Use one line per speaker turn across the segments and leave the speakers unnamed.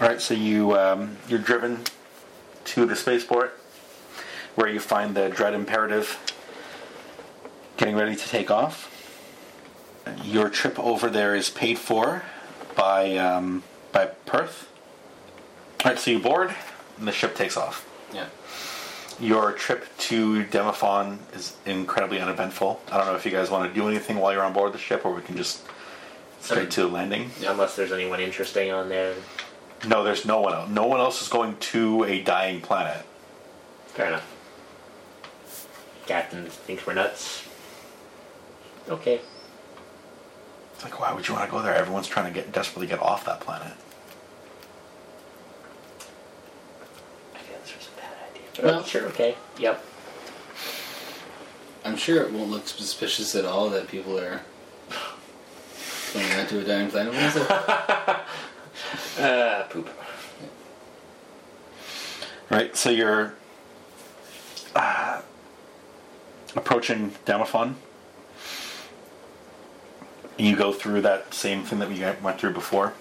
All right, so you um, you're driven to the spaceport, where you find the Dread Imperative getting ready to take off. Your trip over there is paid for by um, by Perth. All right, so you board, and the ship takes off.
Yeah.
Your trip to Demophon is incredibly uneventful. I don't know if you guys want to do anything while you're on board the ship, or we can just straight to the landing.
Unless there's anyone interesting on there.
No, there's no one else. No one else is going to a dying planet.
Fair enough. Captain thinks we're nuts. Okay.
It's like, why would you want to go there? Everyone's trying to get desperately get off that planet.
I feel this was a bad idea. But well, sure, okay. Yep.
I'm sure it won't look suspicious at all that people are going out to a dying planet. What is it?
Uh, poop.
Right. So you're uh, approaching Demophon. You go through that same thing that we got- went through before.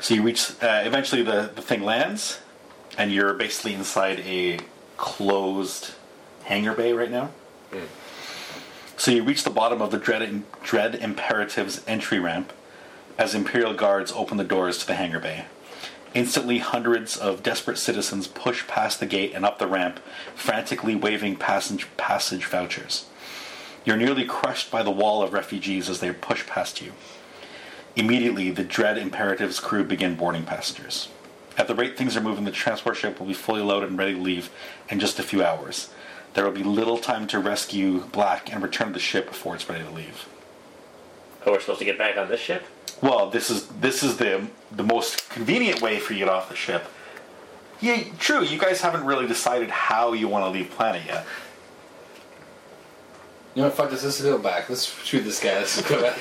So you reach. Uh, eventually, the the thing lands, and you're basically inside a closed hangar bay right now. So you reach the bottom of the Dread, Dread Imperative's entry ramp as Imperial guards open the doors to the hangar bay. Instantly, hundreds of desperate citizens push past the gate and up the ramp, frantically waving passage, passage vouchers. You're nearly crushed by the wall of refugees as they push past you. Immediately, the Dread Imperative's crew begin boarding passengers. At the rate things are moving, the transport ship will be fully loaded and ready to leave in just a few hours. There will be little time to rescue Black and return the ship before it's ready to leave.
Oh, we're supposed to get back on this ship?
Well, this is this is the the most convenient way for you to get off the ship. Yeah, true. You guys haven't really decided how you want to leave planet yet.
You know what? Fuck this. Let's go back. Let's shoot this guy. Let's go back.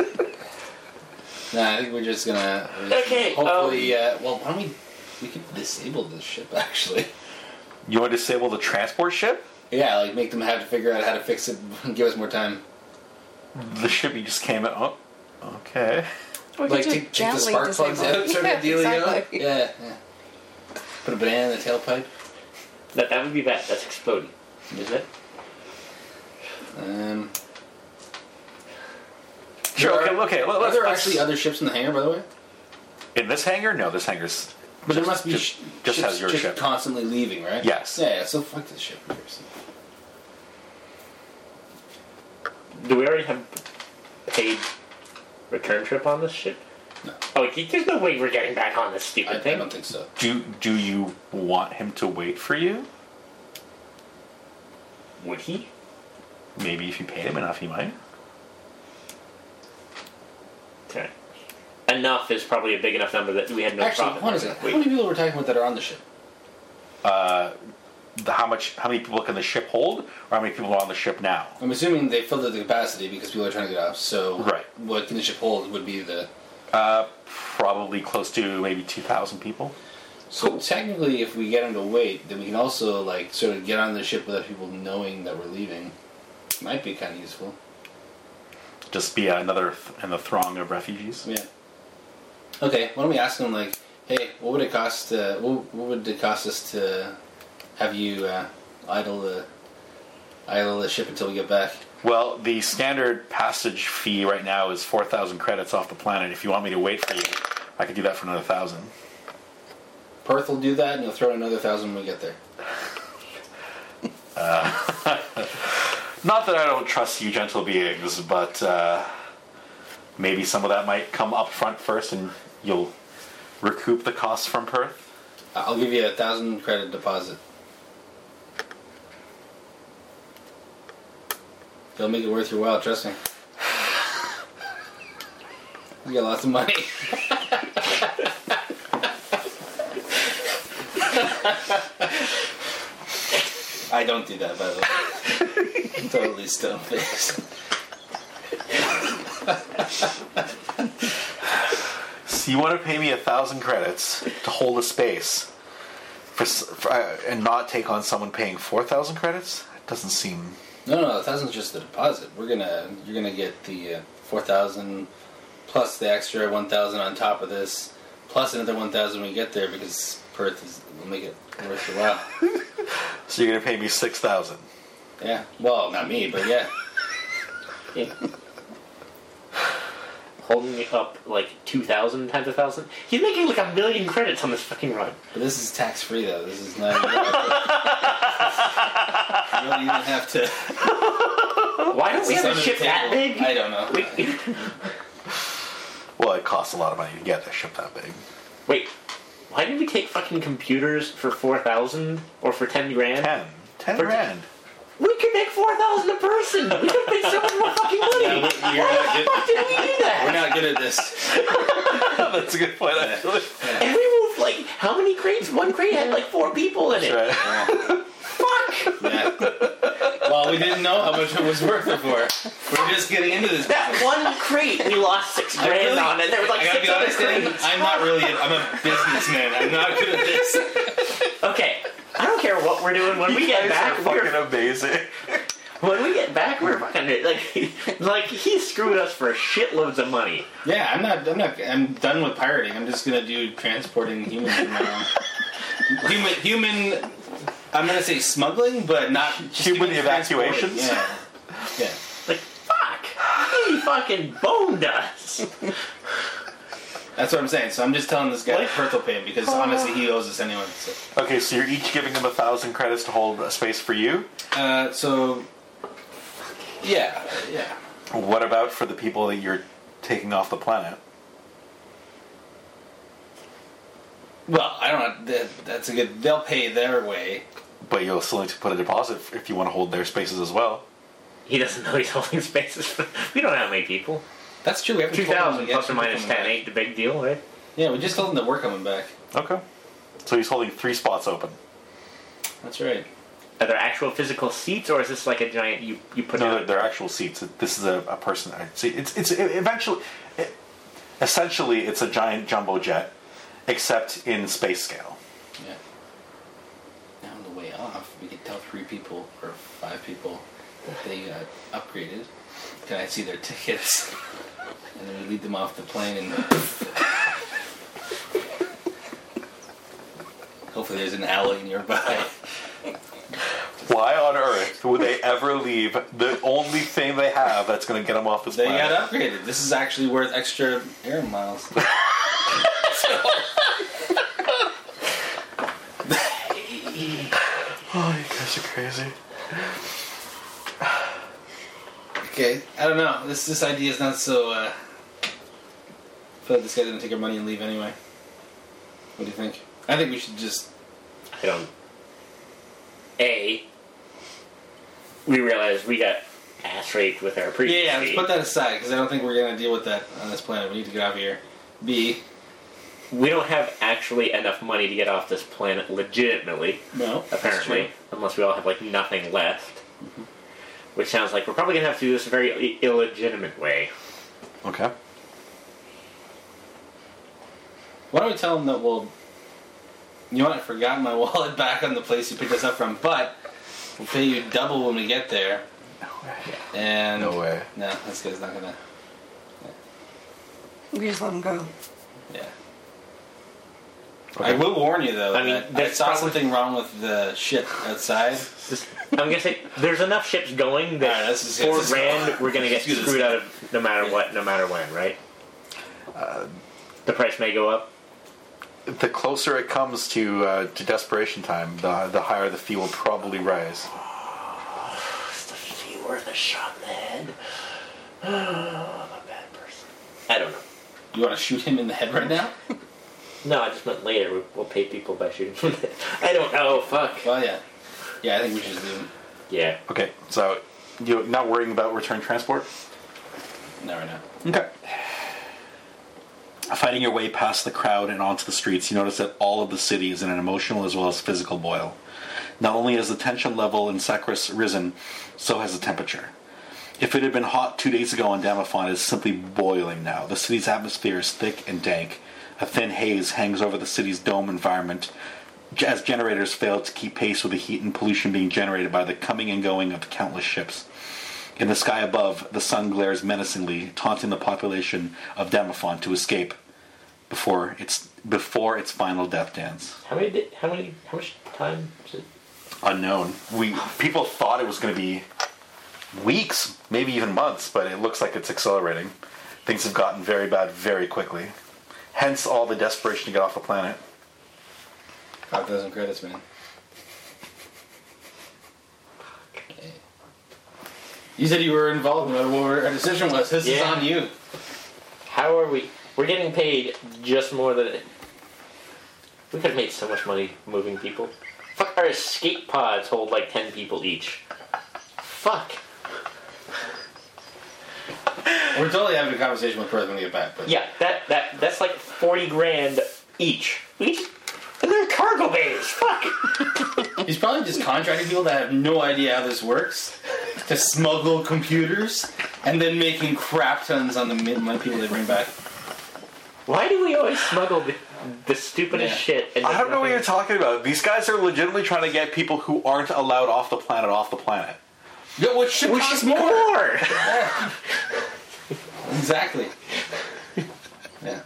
nah, I think we're just gonna.
Okay,
Hopefully, uh, well, why don't we? We could disable this ship actually.
You want to disable the transport ship?
Yeah, like make them have to figure out how to fix it. and Give us more time.
The ship you just came in. Oh, okay.
We
like
could just
take, take the
gently
spark plugs
disable
out,
it.
sort
yeah,
of deal,
exactly.
you know? Yeah, yeah. Put a banana in the tailpipe.
That, that would be that. That's exploding. Isn't it?
Um,
Sure.
There
Okay.
are-
Okay. Let,
are
let's,
there
let's-
actually other ships in the hangar, by the way?
in this hangar? No, this hangar's.
But there must be
just,
sh-
just
ships
has your
just
ship.
constantly leaving, right?
Yes.
Yeah, yeah, so fuck this ship. person.
Do we already have paid return trip on this ship?
No.
Oh, y- there's no way we're getting back on this
I,
stupid
I
thing.
don't think so.
do Do you want him to wait for you?
Would he?
Maybe if you paid him enough, he might.
Okay. Enough is probably a big enough number that we had no
Actually,
profit.
what is it? How many people we're talking about that are on the ship?
The, how much? How many people can the ship hold, or how many people are on the ship now?
I'm assuming they filled up the capacity because people are trying to get off. So
Right.
what can the ship hold would be the.
Probably close to maybe two thousand people.
So technically, if we get them to wait, then we can also like sort of get on the ship without people knowing that we're leaving. Might be kind of useful.
just be another th- in the throng of refugees.
Yeah. Okay. Why don't we ask them like, hey, what would it cost? Uh, what, what would it cost us to have you uh, idle the idle the ship until we get back?
Well, the standard passage fee right now is four thousand credits off the planet. If you want me to wait for you, I could do that for another thousand.
Perth will do that, and you'll throw in another thousand when we get there.
Not that I don't trust you, gentle beings, but uh, maybe some of that might come up front first, and you'll recoup the costs from Perth.
I'll give you a thousand credit deposit. They'll make it worth your while, trust me. You got lots of money. I don't do that, by the way. totally stone faced.
So you want to pay me a thousand credits to hold a space for, s- for uh, and not take on someone paying four thousand credits? It doesn't seem.
No, no, a thousand's just the deposit. We're gonna, you're gonna get the uh, four thousand plus the extra one thousand on top of this, plus another one thousand when we get there because Perth is will make it worth your while.
So you're gonna pay me six thousand.
Yeah, well, not me, but yeah,
Yeah. Holding it up like 2,000 times a 1,000. He's making like a million credits on this fucking run.
but this is tax free though. This is not. you don't even have to.
Why don't we have a
Oh, It's under the
ship that
table.
big?
I don't know.
Wait,
Well, it costs a lot of money to get a ship that big.
wait. Why did we take fucking computers for 4,000 or for 10 grand?
Ten. Ten
For-
grand.
We could make 4,000 a person! We could make so much more fucking money!
Yeah,
Why
we- you're not
the fuck did
good.
we do that?
We're not good at this.
That's a good point, actually.
And we moved like how many crates? One crate had like four people in it.
That's right.
Yeah.
Fuck!
Yeah. Well, we didn't know how much it was worth before. We're just getting into this.
That one crate we lost six
I
grand
really-
on, and there was like
I gotta
six
be
other
honest, Dan,
crates.
I'm not really. I'm a businessman. I'm not good at this.
Okay, I don't care what we're doing. When we get
Guys are
back,
fucking
we're
amazing.
when we get back, we're fucking like like he screwed us for shitloads of money.
Yeah, I'm not. I'm not. I'm done with pirating. I'm just gonna do transporting humans from now on. Human, human. I'm gonna say smuggling, but not just
Human
doing transport.
evacuations?
Yeah. Yeah.
Like fuck, he fucking boned us.
That's what I'm saying. So I'm just telling this guy
Like- Uh.
Perth will pay him because honestly he owes us anyway. So,
Okay, so you're each giving them a thousand credits to hold a space for you.
uh, so yeah, yeah.
What about for the people that you're taking off the planet?
Well, I don't know. That, that's a good. They'll pay their way.
But you'll still need to put a deposit if you want to hold their spaces as well.
He doesn't know he's holding spaces. For, we don't know how many people.
That's true. We haven't
Two
told them
thousand
yet.
plus or minus
We're
ten
coming
ain't the big deal, right?
back. Yeah, we just told them that we're coming back.
Okay. So he's holding three spots open.
That's right.
Are there actual physical seats, or is this like a giant you you put
No,
out?
they're, they're actual seats. This is a, a person. a seat. It's it's it, eventually, it, essentially, it's a giant jumbo jet, except in space scale.
Yeah. Now on the way off, we could tell three people or five people that they got upgraded. Can I see their tickets? And then we lead them off the plane and. Hopefully, there's an alley nearby.
Why on earth would they ever leave the only thing they have that's going to get them off this
They
planet?
got upgraded. This is actually worth extra air miles.
Oh, you guys are crazy.
Okay, I don't know. This this idea is not so. Uh, I feel like this guy's gonna take our money and leave anyway. What do you think? I think we should just.
I don't. A. We realize we got ass raped with our
Yeah,
previous.
yeah let's
fee.
put that aside because I don't think we're gonna deal with that on this planet. We need to get out of here. B.
We don't have actually enough money to get off this planet legitimately,
No. that's
apparently, unless we all have like nothing left. Which sounds like we're probably gonna have to do this a very i- illegitimate way.
Okay.
true. Why don't we tell him that we'll. You know what? I forgot my wallet back on the place you picked us up from, but we'll pay you double when we get there. And
No way.
No, this guy's not gonna.
We just let him go.
Yeah.
Okay.
I will warn you though.
I mean,
that I
that's
saw
probably-
something wrong with the ship outside.
Just- I'm gonna say there's enough ships going that
Alright, this is-
for
this is-
Rand we're gonna get
Excuse us.
screwed out of no matter what, no matter when, right? Uh, the price may go up.
The closer it comes to uh, to desperation time, the the higher the fee will probably rise.
Is the fee worth a shot in the head? I'm a bad person. I don't know.
You want to shoot him in the head right now?
No, I just meant later. We- We'll pay people by shooting. I don't know. Fuck.
Well, yeah. Yeah, I think we should leave him.
Yeah.
Okay, so You not worrying about return transport?
No, right now.
Okay. Fighting your way past the crowd and onto the streets, you notice that all of the city is in an emotional as well as physical boil. Not only has the tension level in Sacris risen, so has the temperature. If it had been hot two days ago on Damaphon, it is simply boiling now. The city's atmosphere is thick and dank. A thin haze hangs over the city's dome environment j- as generators fail to keep pace with the heat and pollution being generated by the coming and going of the countless ships. In the sky above, the sun glares menacingly, taunting the population of Damaphon to escape before its before its final death dance.
How many? di- How many? How much time? Is it?
Unknown. We people thought it was going to be weeks, maybe even months, but it looks like it's accelerating. Things have gotten very bad very quickly. Hence all the desperation to get off the planet.
5,000 credits, man. You said you were involved in whatever our decision was. This is
Yeah.
on you.
How are we? We're getting paid just more than. We could have made so much money moving people. Fuck, our escape pods hold like 10 people each. Fuck.
We're totally having a conversation with Perth when we get back. But
Yeah, that, that that's like 40 grand each. We just. And they're cargo bays! Fuck!
He's probably just contracting people that have no idea how this works to smuggle computers and then making crap tons on the midnight people they bring back.
Why do we always smuggle the, the stupidest
Yeah.
shit? And
I don't know what you're talking about. These guys are legitimately trying to get people who aren't allowed off the planet off the planet.
Yeah, which should
We
cost
should
more.
more!
Exactly. yeah.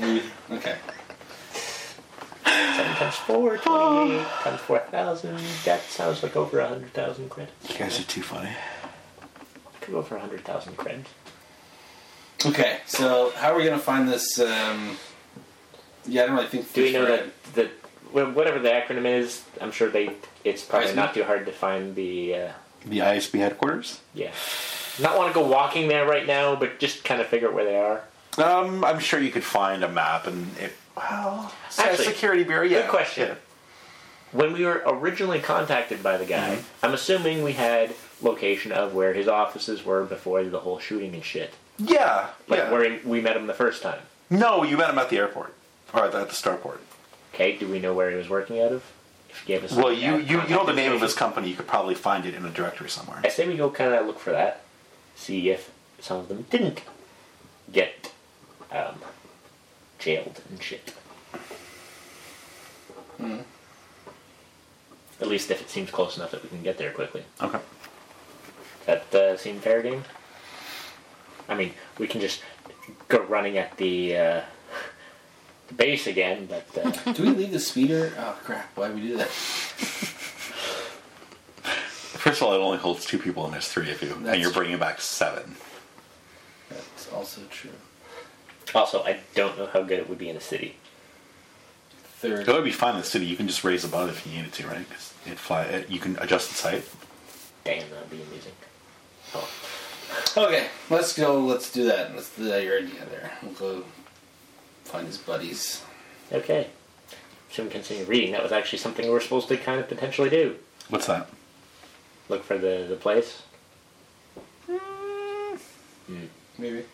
We- Okay.
7 times 4, 28 times 4,000. That sounds like over 100,000 credits.
You guys are too funny.
Could go for 100,000 credits.
Okay. So how are we gonna find this? Um, yeah, I don't really think.
Do we
fish
know
fry-
that the well, whatever the acronym is? I'm sure they. It's probably
Iceman?
not too hard to find the. Uh,
The ISB headquarters?
yeah, not want to go walking there right now, but just kind of figure out where they are.
Um, I'm sure you could find a map and it. Well,
Actually,
security bureau. Yeah.
good question. When we were originally contacted by the guy,
Mm-hmm.
I'm assuming we had location of where his offices were before the whole shooting and shit.
Yeah.
Like
yeah.
where we met him the first time.
No, you met him at the airport or at the, at the starport.
Okay, do we know where he was working out of? If he gave us
Well, you you, you know the
contact
name of his
information.
company. You could probably find it in a directory somewhere.
I say we go kind of look for that, see if some of them didn't get um, jailed and shit. At least if it seems close enough that we can get there quickly.
Okay.
That uh, seem fair game. I mean, we can just go running at the, uh, the base again, but uh,
Do we leave the speeder? Oh crap! Why would we do that?
First of all, it only holds two people, and there's three of you,
That's
and you're bringing back seven.
That's also true.
also I don't know how good it would be in the city.
Third.
It would be fine in the city. You can just raise above if you needed to, right? 'Cause it fly. It, you can adjust its height.
Damn, that would be amazing. Oh.
Okay, let's go. Let's do that. Let's do that. Your idea there. We'll go find his buddies.
Okay. So we continue reading. That was actually something we were supposed to kind of potentially do.
What's that?
Look for the, the place.
Maybe.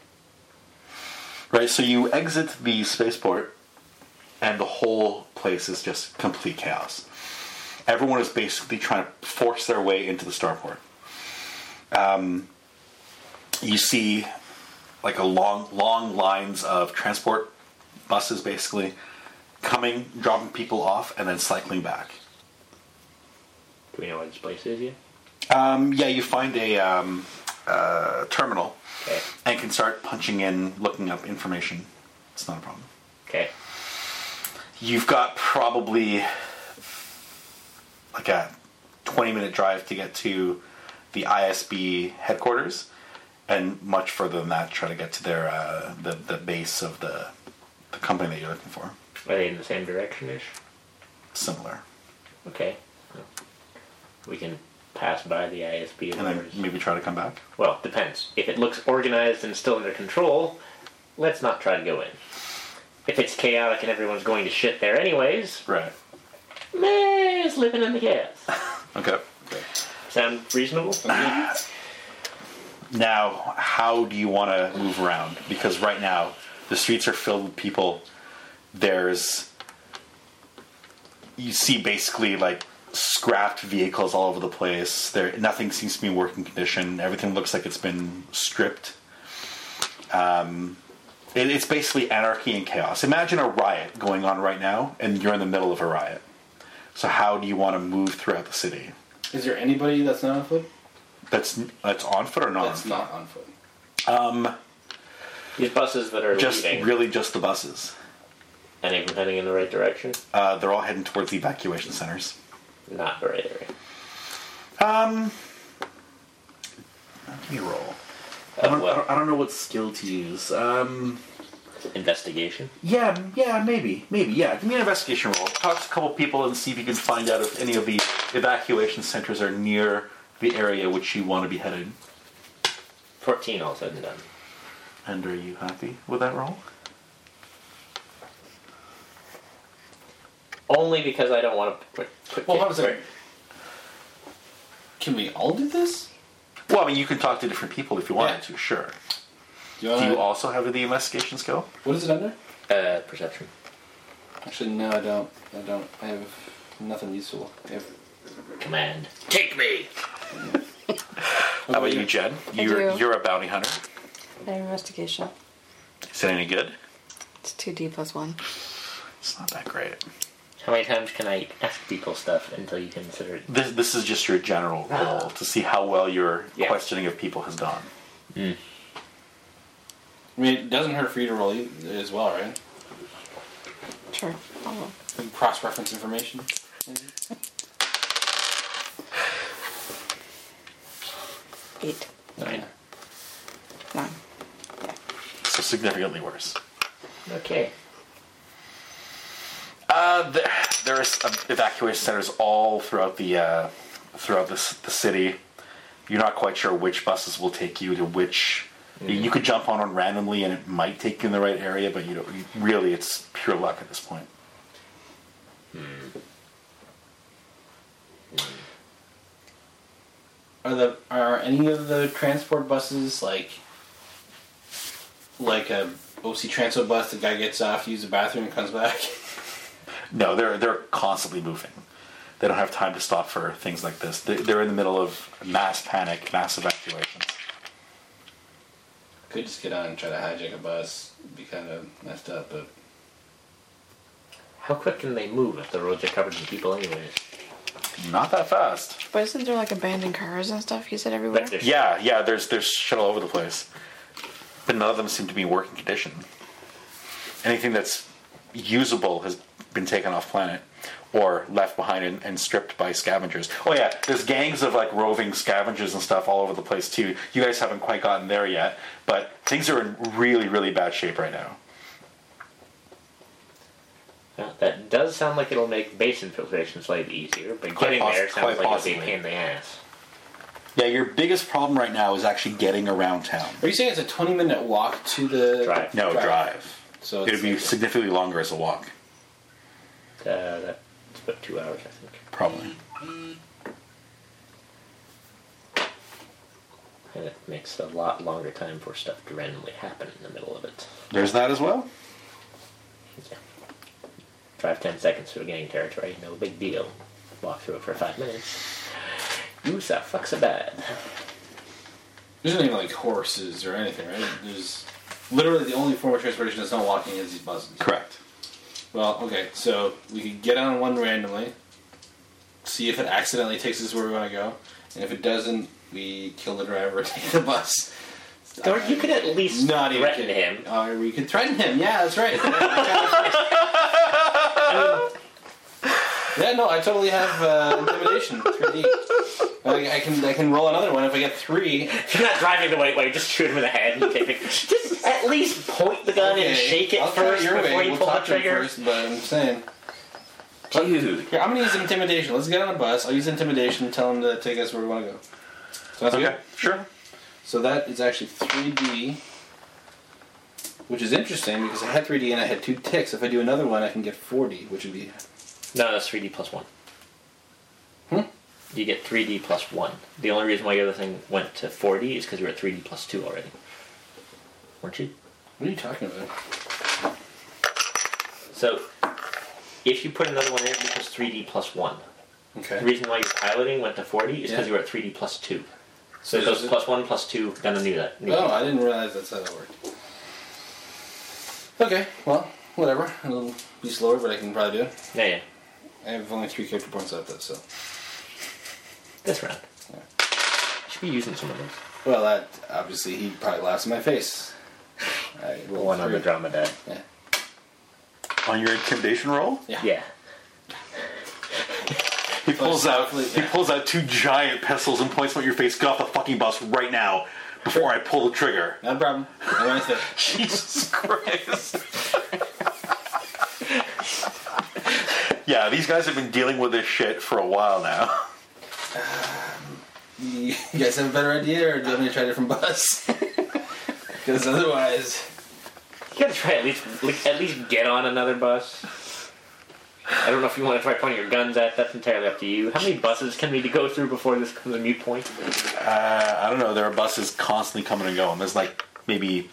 Right. So you exit the spaceport, and the whole place is just complete chaos. Everyone is basically trying to force their way into the starport. Um, you see like a long long lines of transport buses basically coming dropping people off and then cycling back
Do we know where this place is yet?
um, yeah you find a um, uh, terminal
Okay.
and can start punching in looking up information it's not a problem
Okay.
you've got probably like a 20 minute drive to get to the ISB headquarters, and much further than that, try to get to their uh, the the base of the the company that you're looking for.
Are they in the same direction ish?
Similar,
Okay. We can pass by the ISB.
and then
whatever's-
maybe try to come back.
Well, depends. If it looks organized and still under control, let's not try to go in. If it's chaotic and everyone's going to shit there anyways,
Right.
meh, it's living in the chaos.
Okay.
sound reasonable?
Now, how do you want to move around? Because right now, the streets are filled with people. There's. You see basically like scrapped vehicles all over the place. There, nothing seems to be in working condition. Everything looks like it's been stripped. Um, it- it's basically anarchy and chaos. Imagine a riot going on right now, and you're in the middle of a riot. So, how do you want to move throughout the city?
Is there anybody that's not on foot?
That's that's on foot or not?
That's
on foot?
not on foot.
These buses that are
just
leaving,
really just the buses.
any of them heading in the right direction?
Uh, they're all heading towards the evacuation centers.
Not the right area.
You roll.
Uh,
I don't, I
well,
don't- I don't know what skill to use. Um,
investigation.
yeah, yeah, maybe, maybe, yeah.
Give me an investigation roll. Talk to a couple people and see if you can find out if any of the evacuation centers are near the area which you want to be headed.
14 all said and done.
And are you happy with that roll?
Only because I don't want to put. put
Well,
kid-
hold on a second. Can we all do this?
Well, I mean, you can talk to different people if you wanted
Yeah.
to, sure.
Do
Do
wanna-
you also have the investigation skill?
What is it under?
Uh, perception.
Actually, no, I don't. I don't. I have nothing useful. I have,
Command. Take me!
How about you, Jen? You're
do.
you're a bounty hunter.
An investigation.
Is it any good?
It's 2D plus 1.
It's not that great.
How many times can I ask people stuff until you consider it?
This this is just your general roll to see how well your
Yeah.
questioning of people has gone.
I mean, it doesn't hurt for you to roll e- as well, right?
Sure. Oh.
Cross reference information.
Eight.
Nine.
Nine. Yeah.
So significantly worse.
Okay.
Uh, there, there's uh, evacuation centers all throughout the uh, throughout this the city. You're not quite sure which buses will take you to which. You could jump on one randomly, and it might take you in the right area, but you don't. You, really, it's pure luck at this point.
Are the are any of the transport buses like like a OC Transo bus? The guy gets off, uses the bathroom, and comes back.
No, they're they're constantly moving. They don't have time to stop for things like this. They, they're in the middle of mass panic, mass evacuations.
Could just get on and try to hijack a bus. Be kind of messed up, but
How quick can they move if the roads are covered in people, anyways?
Not that fast.
But isn't there like abandoned cars and stuff you said everywhere?
But there's-
Yeah, yeah. There's there's shit all over the place, but none of them seem to be in working condition. Anything that's usable has been taken off planet or left behind and, and stripped by scavengers. Oh yeah, there's gangs of like roving scavengers and stuff all over the place too. You guys haven't quite gotten there yet, but things are in really really bad shape right now.
Well, Uh, that does sound like it'll make base infiltration slightly easier, but
Quite
getting
poss-
there
quite
sounds like it'll be a
possibly.
pain in the ass.
Yeah, your biggest problem right now is actually getting around town.
are you saying it's a twenty minute walk to the
Drive.
No Oh, drive.
Drive. So it's
It'd be significantly longer as a walk,
Uh, that's about two hours, I think.
probably.
And it makes a lot longer time for stuff to randomly happen in the middle of it.
There's that as well.
Yeah. Drive 10 seconds through a gang territory, no big deal. Walk through it for five minutes. You suck, fucks a bad.
There's not even like horses or anything, right? There's literally the only form of transportation that's not walking is these buses.
Correct.
Well, okay, so we could get on one randomly, see if it accidentally takes us where we want to go, and if it doesn't, we kill the driver, take the bus.
Or you could at least
Not even
threaten
kidding.
him.
Or we could threaten him. Yeah, that's right. yeah, no, I totally have uh, intimidation. 3D. I, I can I can roll another one if I get three.
If you're not driving the right way, just shoot him in the head and take it. Just at least point the gun
Okay,
and shake it
I'll try
first
your
before
way.
you
we'll
pull the
talk to him
trigger.
first, but I'm saying.
Dude.
Here, I'm gonna use intimidation. Let's get on a bus. I'll use intimidation and tell him to take us where we want to go. Sounds
Okay.
good.
Sure.
So that is actually 3D, which is interesting because I had 3D and I had two ticks. If I do another one, I can get 4D, which would be Hmm?
No, that's 3D plus 1. you get 3D plus 1. The only reason why your other thing went to 4D is because you were at 3D plus 2 already. Weren't you?
What are you talking about?
So, if you put another one in, it becomes 3D plus 1. The
Okay.
reason why your piloting went to 40 is because you
Yeah.
were at 3D plus 2. So
So
it goes
does it-
plus 1, plus 2, then I knew that. Knew
Oh,
that.
I didn't realize that's how that worked. Okay, well, whatever. It'll be slower, but I can probably do it.
Yeah, yeah.
I have only three character points left, though, so.
This round. Should be using some of those.
Well, that obviously he probably laughs in my face. I rolled
One on the
three.
dromedary.
Yeah.
On your intimidation roll,
Yeah.
he pulls
Oh,
out
definitely,
he
yeah.
pulls out two giant pistols and points them at your face. Get off the fucking bus right now before I pull the trigger.
Not a problem. I went with it.
Jesus Christ. yeah, these guys have been dealing with this shit for a while now.
You guys have a better idea, or do you want me to try a different bus? Because otherwise,
You gotta try at least like, at least get on another bus. I don't know if you want to try pointing your guns at. That's entirely up to you. How many buses can we go through before this becomes a mute point?
Uh, I don't know, there are buses constantly coming and going. There's like maybe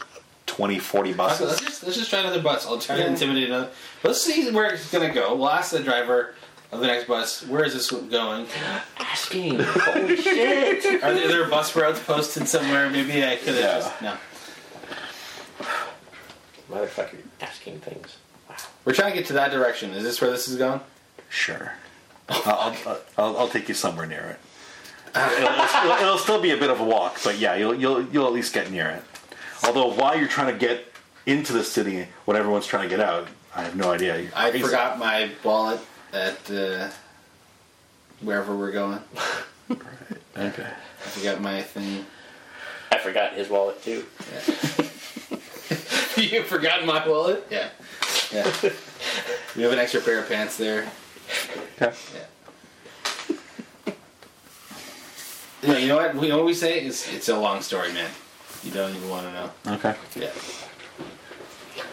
20, 40
also, let's
buses.
just let's just try another bus. I'll try to intimidate another. Let's see where it's gonna go. We'll ask the driver of the next bus where is this one going.
Asking. Holy shit!
Are there, there bus routes posted somewhere? Maybe I could have
Yeah.
just no.
Motherfucker, asking things.
We're trying to get to that direction. Is this where this is going?
Sure. I'll, I'll, I'll, I'll take you somewhere near it. It'll, it'll- it'll still be a bit of a walk, but yeah, you'll, you'll, you'll at least get near it. Although, while you're trying to get into the city, what everyone's trying to get out, I have no idea. You're
I
crazy.
forgot my wallet at uh, wherever we're going.
Okay.
I forgot my thing.
I forgot his wallet too.
you forgot my wallet? Yeah. Yeah. you have an extra pair of pants there.
Okay.
Yeah. yeah. You know what? You know what we say is it's a long story, man. You don't even want to know.
Okay.
Yeah.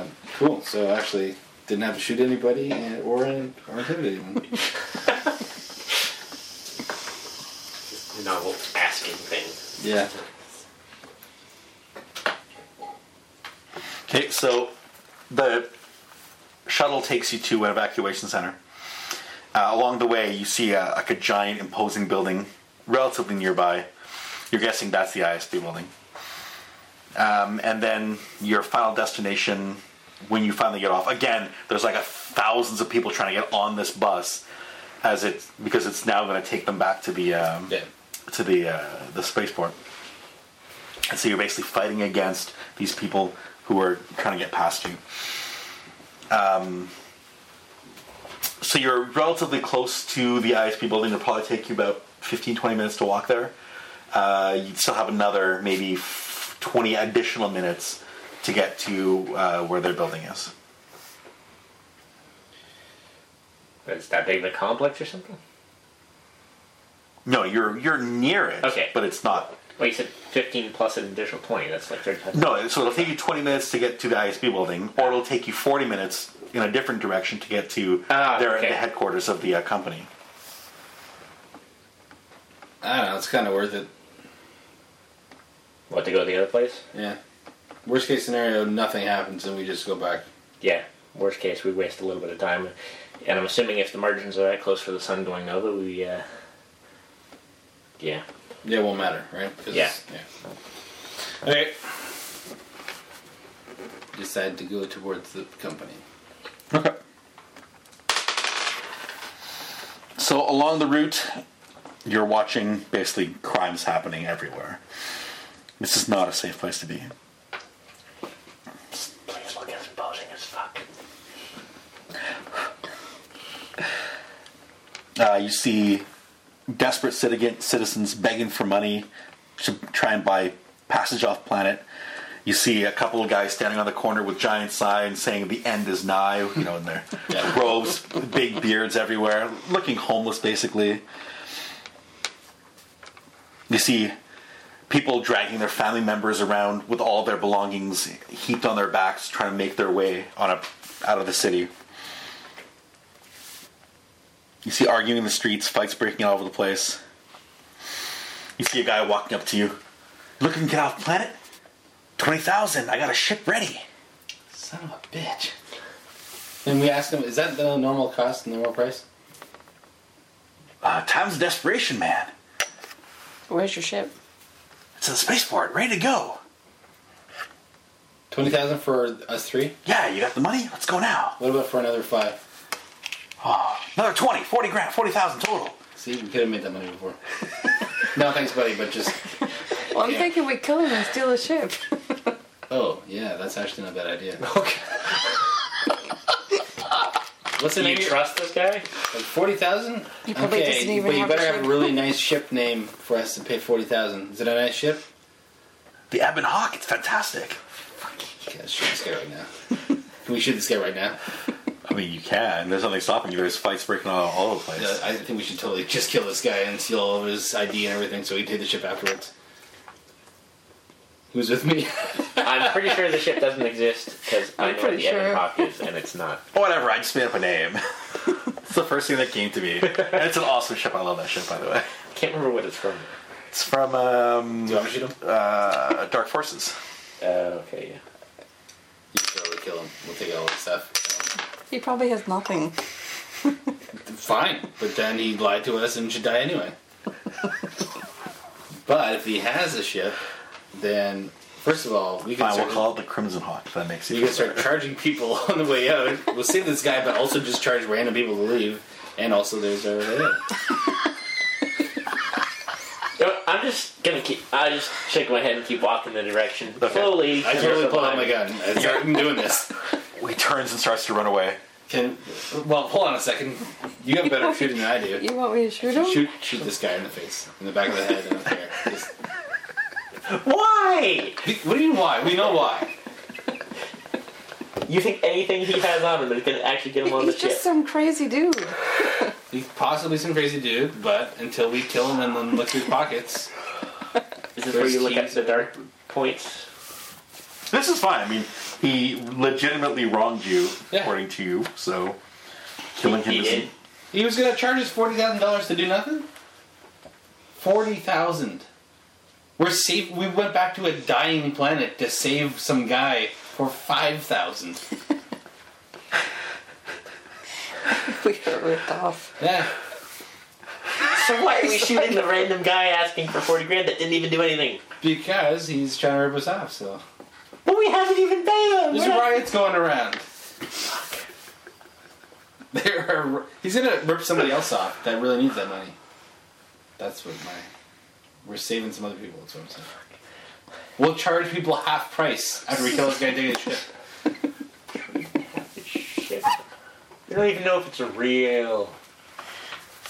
um, cool. So actually, didn't have to shoot anybody and, or in- or intimidate anyone.
Novel asking things.
yeah.
Okay, so the shuttle takes you to an evacuation center. Uh, along the way, you see a, like a giant, imposing building relatively nearby. You're guessing that's the ISB building. Um, and then your final destination, when you finally get off, again, there's like a thousands of people trying to get on this bus, as it because it's now going to take them back to the um,
Yeah.
to the uh, the spaceport. And so you're basically fighting against these people who are trying to get past you. Um, so you're relatively close to the ISP building. It'll probably take you about 15, 20 minutes to walk there. Uh, you'd still have another maybe f- 20 additional minutes to get to uh, where their building is.
Is that big of a complex or something?
No, you're you're near it,
Okay.
but it's not.
Well, you said 15 plus an additional 20. That's like 35.
No, so it'll take you 20 minutes to get to the ISB building, or it'll take you 40 minutes in a different direction to get to
Ah,
their,
okay.
the headquarters of the uh, company.
I don't know. It's kind of worth it.
What to go to the other place?
Yeah. Worst case scenario, nothing happens and we just go back.
Yeah. Worst case, we waste a little bit of time. And I'm assuming if the margins are that close for the sun going over, we. uh... Yeah.
Yeah, it won't matter, right? 'Cause-
Yeah.
yeah. Okay. Decide to go towards the company.
Okay. So along the route, you're watching basically crimes happening everywhere. This is not a safe place to be.
Please look as imposing as fuck.
Uh, you see desperate citizen, citizens begging for money to try and buy passage off planet. You see a couple of guys standing on the corner with giant signs saying "the end is nigh," you know, in their
Yeah.
robes, big beards everywhere, looking homeless basically. You see people dragging their family members around with all their belongings heaped on their backs, trying to make their way on a out of the city. You see arguing in the streets, fights breaking all over the place. You see a guy walking up to you. Look, we can get off planet? 20,000. I got a ship ready.
Son of a bitch. And we asked him, is that the normal cost and normal price?
Uh, time's of desperation, man.
Where's your ship?
It's in the spaceport, ready to go.
20000 for us three?
Yeah, you got the money? Let's go now.
What about for another five?
Another 20, 40 grand, 40,000 total.
See, we could have made that money before. no, thanks, buddy, but just.
Well, I'm
Yeah.
thinking we kill him and steal his ship.
Oh, yeah, that's actually not a bad idea. Okay. What's the
Do you
name?
trust this guy?
Forty thousand.
He probably doesn't even
but you
have a
better have a
ship.
really nice ship name for us to pay forty thousand. Is it a nice ship?
The Ebon Hawk, it's fantastic.
Okay, let's shoot this guy right now. Can we shoot this guy right now?
I mean, you can. There's nothing stopping you. There's fights breaking all, all over the place.
Yeah, I think we should totally just kill this guy and steal all of his ID and everything, so we can take the ship afterwards. Who's with me?
I'm pretty sure the ship doesn't exist because I
I'm
know what
pretty
the Ebon
sure.
Hawk is, and it's not.
Oh, Whatever, I just made up a name. it's the first thing that came to me. And it's an awesome ship. I love that ship, by the way.
Can't remember what it's from.
It's from um,
Do you want to shoot him?
uh, Dark Forces.
Uh, okay, yeah.
You should totally kill him. We'll take all his stuff.
he probably has nothing.
Fine, but then he lied to us and should die anyway. but if he has a ship, then first of all, we can
I will
certainly-
call it the Crimson Hawk. If that makes
So
you.
you can start charging people on the way out. We'll save this guy, but also just charge random people to leave. And also, there's our uh, way out.
You know, I'm just gonna keep. I just shake my head and keep walking the direction slowly.
I totally pulled out my
Behind.
gun. I said, I'm doing this.
He turns and starts to run away.
Can well, hold on a second. You have better shooting than I do.
You want me to shoot him?
Shoot, shoot this guy in the face, in the back of the head. I don't care. Just-
Why?
what do you mean why? We know why.
You think anything he has on him is gonna actually get him on the
He's
ship?
just some crazy dude.
He's possibly some crazy dude, but until we kill him and then look through pockets,
Is this where you look at
Keys.
the dark points?
This is fine. I mean, he legitimately wronged you,
Yeah.
according to you. So killing him
He did.
is
he was gonna charge us forty thousand dollars to do nothing. Forty thousand. We're safe. We went back to a dying planet to save some guy for five thousand.
We got ripped off.
Yeah.
So why are we shooting the random guy asking for forty grand that didn't even do anything?
Because he's trying to rip us off, so.
Well, we haven't even paid him.
There's
We're not-
riots going around. There are. He's gonna rip somebody else off that really needs that money. That's what my. We're saving some other people. That's what I'm saying. We'll charge people half price after we kill this guy and take his shit.
Shit. We don't even know if it's a real.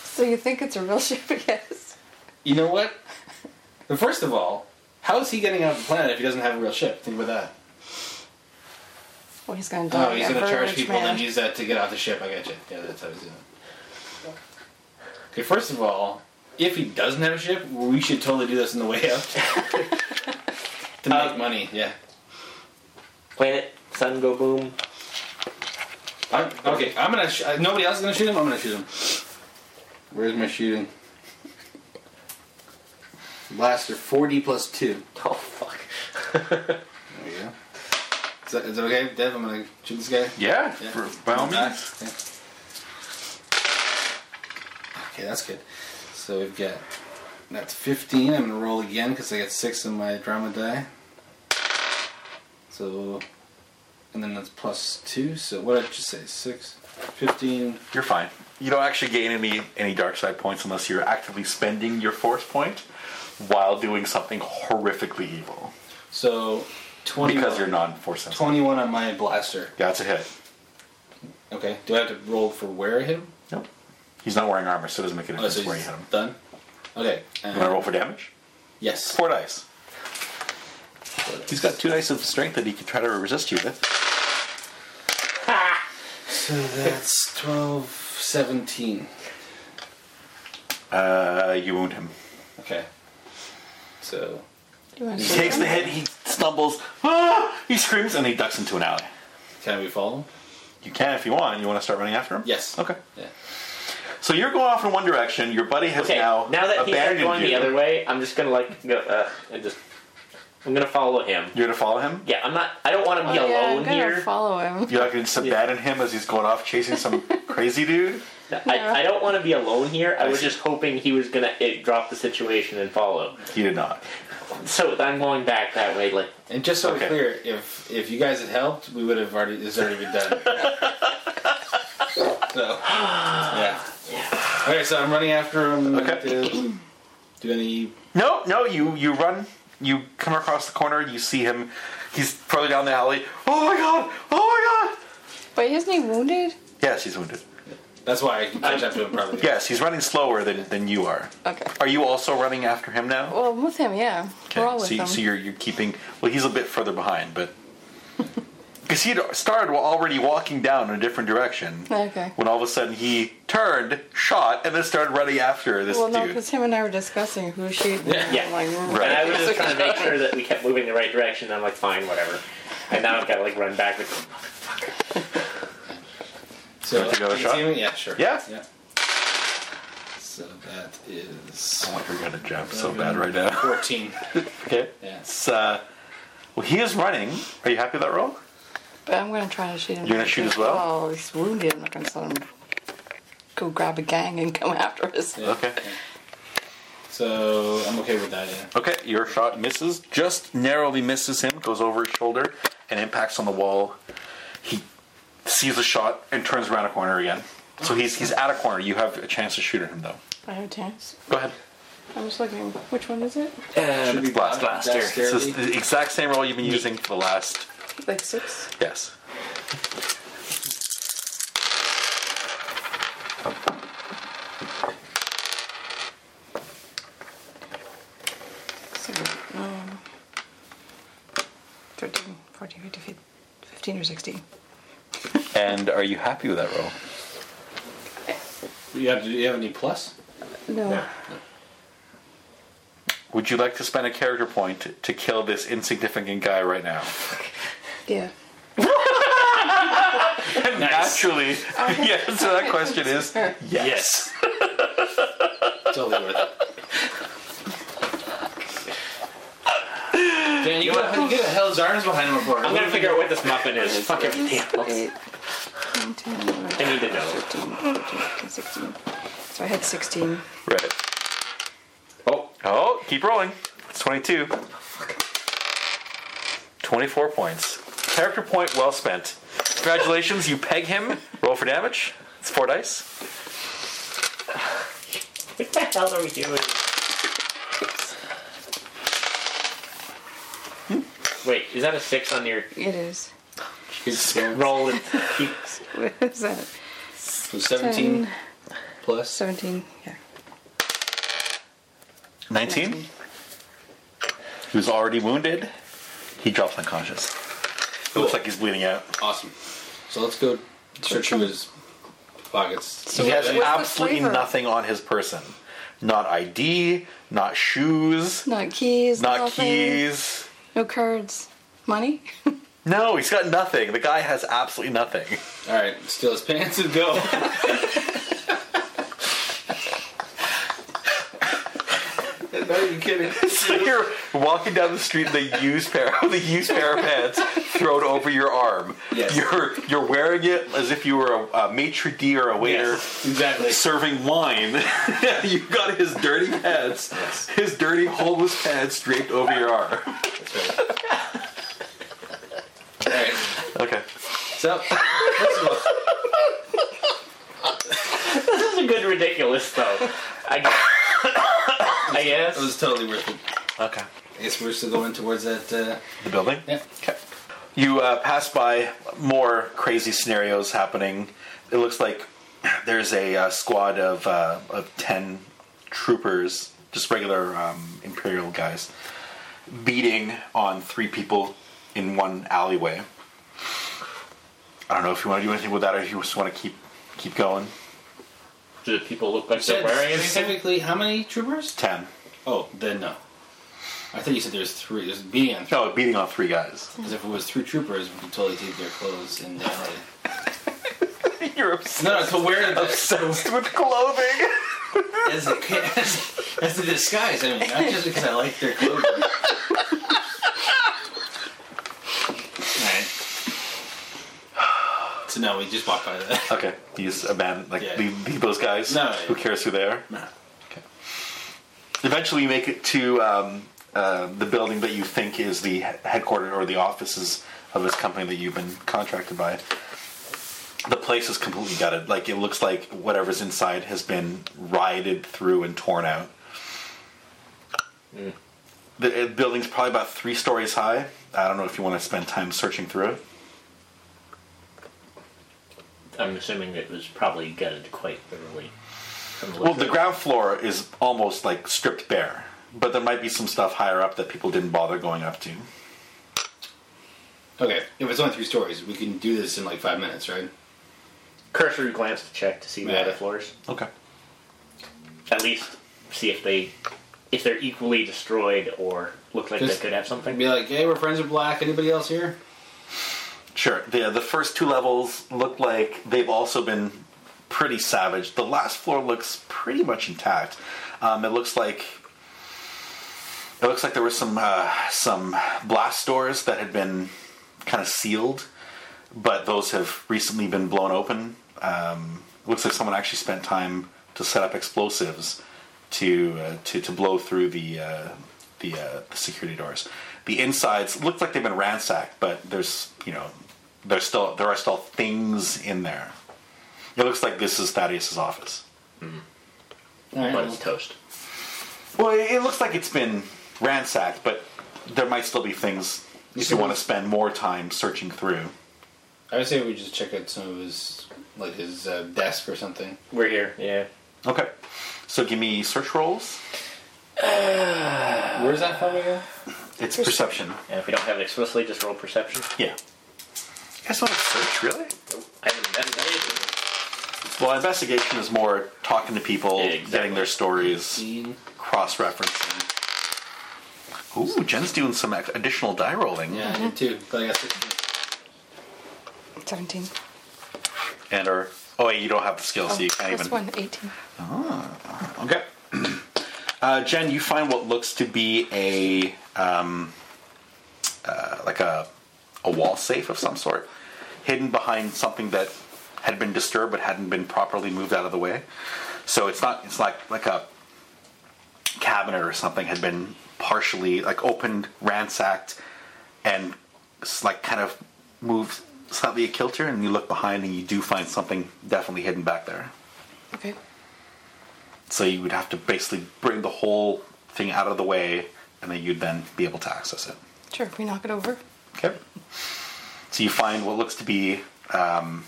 So you think it's a real ship? Yes.
You know what? But First of all, how is he getting out of the planet if he doesn't have a real ship? Think about that.
Well, he's gonna die.
Oh, he's
like a
gonna
very
charge
rich
people
man.
and use that to get off the ship. I got you. Yeah, that's how he's doing it. Okay, first of all, if he doesn't have a ship, we should totally do this on the way out to make
Um,
money. Yeah.
Planet, sun go boom.
I'm, okay, I'm gonna. Sh- uh, nobody else is gonna shoot him. I'm gonna shoot him. Where's my shooting? Blaster forty plus two.
Oh fuck.
There you go. Is that, is that okay, Dev? I'm gonna shoot this guy.
yeah.
Yeah.
For, by all
Yeah.
means.
Okay, that's good. So we've got that's 15. I'm gonna roll again because I got six in my drama die. So, and then that's plus two. So what did I just say? Six, 15.
You're fine. You don't actually gain any any dark side points unless you're actively spending your force point while doing something horrifically evil
So 21.
because you're non force sensitive.
21 on my blaster.
Yeah, it's a hit.
Okay. Do I have to roll for where I hit him?
Nope. He's not wearing armor, so it doesn't make a
Oh,
difference
so
where you
he's
hit him.
done. Okay.
You want to
Uh,
roll for damage?
yes.
Four dice. He's got two dice of strength that he can try to resist you with.
So that's 12, 17.
Uh, you wound him.
Okay. So
You wanna
He
shoot
takes
him?
the hit, he stumbles, ah! he screams, and he ducks into an alley.
can we follow him?
You can if you want. You want to start running after him?
Yes.
Okay.
Yeah.
So you're going off in one direction. Your buddy has
Okay,
now
now, that he's
abandoned
going
you.
the other way, I'm just gonna like go uh, and just I'm gonna follow him.
You're gonna follow him.
Yeah, I'm not. I don't want to be
Oh, yeah, I'm
alone
gonna
here.
follow him.
You're not gonna just abandon him as he's going off chasing some crazy dude.
I,
Yeah.
I don't want to be alone here. I was
see.
just hoping he was gonna eh, drop the situation and follow.
He did not.
So I'm going back that way. Like
And just so
Okay.
we're clear, if if you guys had helped, we would have already. It's already been done. so yeah. Okay, so I'm running after him.
Okay.
To do any?
No, no. You you run. You come across the corner. You see him. He's probably down the alley. Oh my god! Oh my god!
But isn't he wounded?
Yes, he's wounded.
That's why I can catch up to him probably.
Yes, he's running slower than, than you are.
Okay.
Are you also running after him now?
Well, I'm with him, yeah. We're all with
so, you-
him.
so you're you're keeping. Well, he's a bit further behind, but because he had started while already walking down in a different direction.
Okay.
When all of a sudden he turned, shot, and then started running after this
Well, no,
dude.
because him and I were discussing who she.
Yeah.
I'm like, mm,
Right.
and I was just trying to make sure that we kept moving the right direction. I'm like, fine, whatever. And now I've got to like run back. With
So
Want to go
can
to
you
shot?
see me? Yeah, sure.
Yeah?
Yeah. So that is
I want her Oh gonna jump so bad right now.
fourteen.
Okay.
Yeah.
It's, uh, well, he is running. Are you happy with that roll?
But I'm gonna try to shoot him.
You're gonna shoot as well?
Oh, he's wounded. I'm not gonna let him go grab a gang and come after us.
Yeah.
Okay.
So I'm okay with that. Yeah.
Okay, your shot misses, just narrowly misses him, goes over his shoulder, and impacts on the wall. He sees the shot and turns around a corner again. So he's he's at a corner. You have a chance to shoot at him though.
I have a chance.
Go ahead.
I'm just looking. Which one is it?
Should we
blast-
blast-
blaster.
It's
dexterity?
just the exact same roll you've been using for the last.
Like six.
Yes.
Seven, um, 13, 14, 15, 15 or 16.
And are you happy with that roll?
You have, do you have any plus?
No.
Would you like to spend a character point to kill this insignificant guy right now?
Yeah.
Naturally, the answer to that question is yes.
Totally worth it. Dan, you, gotta, you gotta held his arms behind him before.
I'm gonna figure out what this muffin is. Fuck everything else.
Eight, nine, 10, 11,
I need to know.
13, 14, 15, 16. So I had 16.
Right.
Oh,
Oh, keep rolling. It's 22. 24 points. Character point well spent. Congratulations, you peg him. Roll for damage. It's four dice.
what the hell are we doing? Wait, is that a six on your
It is.
roll? And keep,
What is that?
So 17
10,
plus.
17. Yeah.
19. He was already wounded. He drops unconscious. It looks like he's bleeding out.
Awesome. So let's go search through his pockets. So
he has
what's the
absolutely
flavor?
nothing on his person. Not ID, not shoes,
Not keys.
not
nothing.
keys.
No cards. Money?
No, he's got nothing. The guy has absolutely nothing.
all right, steal his pants and go. no, you kidding?
So you're walking down the street, the used pair, the used pair of pants thrown over your arm.
Yes.
You're you're wearing it as if you were a, a maitre d or a waiter
Yes, exactly.
serving wine. You've got his dirty pants,
Yes.
his dirty homeless pants draped over your arm.
That's right. All right.
Okay.
So first of all,
this is a good ridiculous though. I guess. I
it
guess.
was totally worth it.
Okay.
I guess we're still going towards that. Uh,
The building.
yeah.
You uh, pass by more crazy scenarios happening. It looks like there's a uh, squad of uh, of ten troopers, just regular um, imperial guys, beating on three people in one alleyway. I don't know if you want to do anything with that, or if you just want to keep keep going.
Do the people look like they're
Said
wearing anything?
specifically, how many troopers?
Ten.
Oh, then no. I thought you said there's three. There's being on three.
No, beating on three guys.
Because if it was three troopers, we could totally take their clothes and down.
You're obsessed,
No, no, to wear it
obsessed with clothing.
as a, as, as a disguise. I mean, not just because I like their clothing. Alright. So no, we just walk by that.
Okay, he's a man. Like
Yeah.
leave, leave those guys.
No,
who
yeah.
cares who they are?
No.
Okay. Eventually, you make it to um, uh, the building that you think is the headquarters or the offices of this company that you've been contracted by. The place is completely gutted. Like it looks like whatever's inside has been rioted through and torn out. The uh, building's probably about three stories high. I don't know if you want to spend time searching through it.
I'm assuming it was probably gutted quite thoroughly. from the
Well,
look
the
of it.
ground floor is almost like stripped bare, but there might be some stuff higher up that people didn't bother going up to.
Okay, if it's only three stories, we can do this in like five minutes, right?
cursory glance to check to see the
Yeah.
other floors.
Okay.
At least see if they if they're equally destroyed or look like
Just-
they could have
I'd
something.
be like, hey, we're friends with Black. Anybody else here?
Sure. The the first two levels look like they've also been pretty savage. The last floor looks pretty much intact. Um, it looks like it looks like there were some uh, some blast doors that had been kind of sealed, but those have recently been blown open. Um, it looks like someone actually spent time to set up explosives to uh, to, to blow through the uh, the, uh, the security doors. The insides look like they've been ransacked, but there's you know there's still there are still things in there. It looks like this is Thaddeus's office.
All
But it's toast.
Well, it it looks like it's been ransacked, but there might still be things if you want to spend more time searching through.
I would say we just check out some of his, like his uh, desk or something.
We're here. Yeah.
Okay, so give me search rolls.
Where's that from again?
It's perception.
And if we don't have it explicitly, just roll perception.
Yeah. You guys want to search, really?
Oh, I haven't investigated.
Well, investigation is more talking to people,
Yeah, exactly.
getting their stories, cross referencing. Ooh, Jen's doing some ac- additional die rolling.
Yeah, I did too. But I got 16.
17.
And or oh, wait, you don't have the skill, so you can't
Plus
even.
Oh, one, 18.
Okay. Uh, Jen, you find what looks to be a um, uh, like a a wall safe of some sort, hidden behind something that had been disturbed but hadn't been properly moved out of the way. So it's not it's like like a cabinet or something had been partially like opened, ransacked, and s- like kind of moved slightly a kilter. And you look behind and you do find something definitely hidden back there.
Okay.
So you would have to basically bring the whole thing out of the way, and then you'd then be able to access it.
Sure, we knock it over.
Okay. So you find what looks to be um,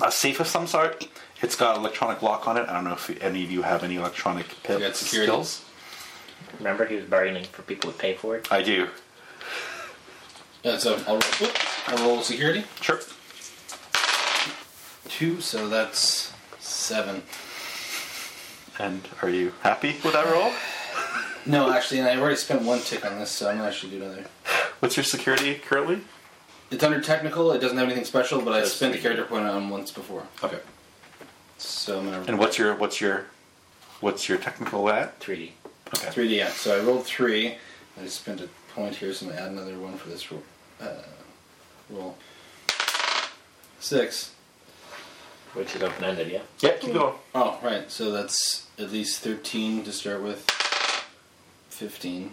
a safe of some sort. It's got electronic lock on it. I don't know if any of you have any electronic
You
pip
got security.
skills.
Remember, he was bargaining for people to pay for it.
I do.
Yeah, so I'll roll, whoop, I'll roll security.
Sure.
Two, so that's seven.
And are you happy with that roll?
No, actually, and I've already spent one tick on this, so I'm gonna actually do another.
What's your security currently?
It's under technical. It doesn't have anything special, but I
That's
spent a
pretty
character point on once before,
Okay.
so I'm gonna
And what's your what's your what's your technical at?
3D.
Okay.
three D. Yeah, so I rolled three. I spent a point here, so I'm gonna add another one for this roll. Uh, roll six.
Which is open ended, yeah?
Yeah, keep going.
Oh, right. So that's at least thirteen to start with. Fifteen.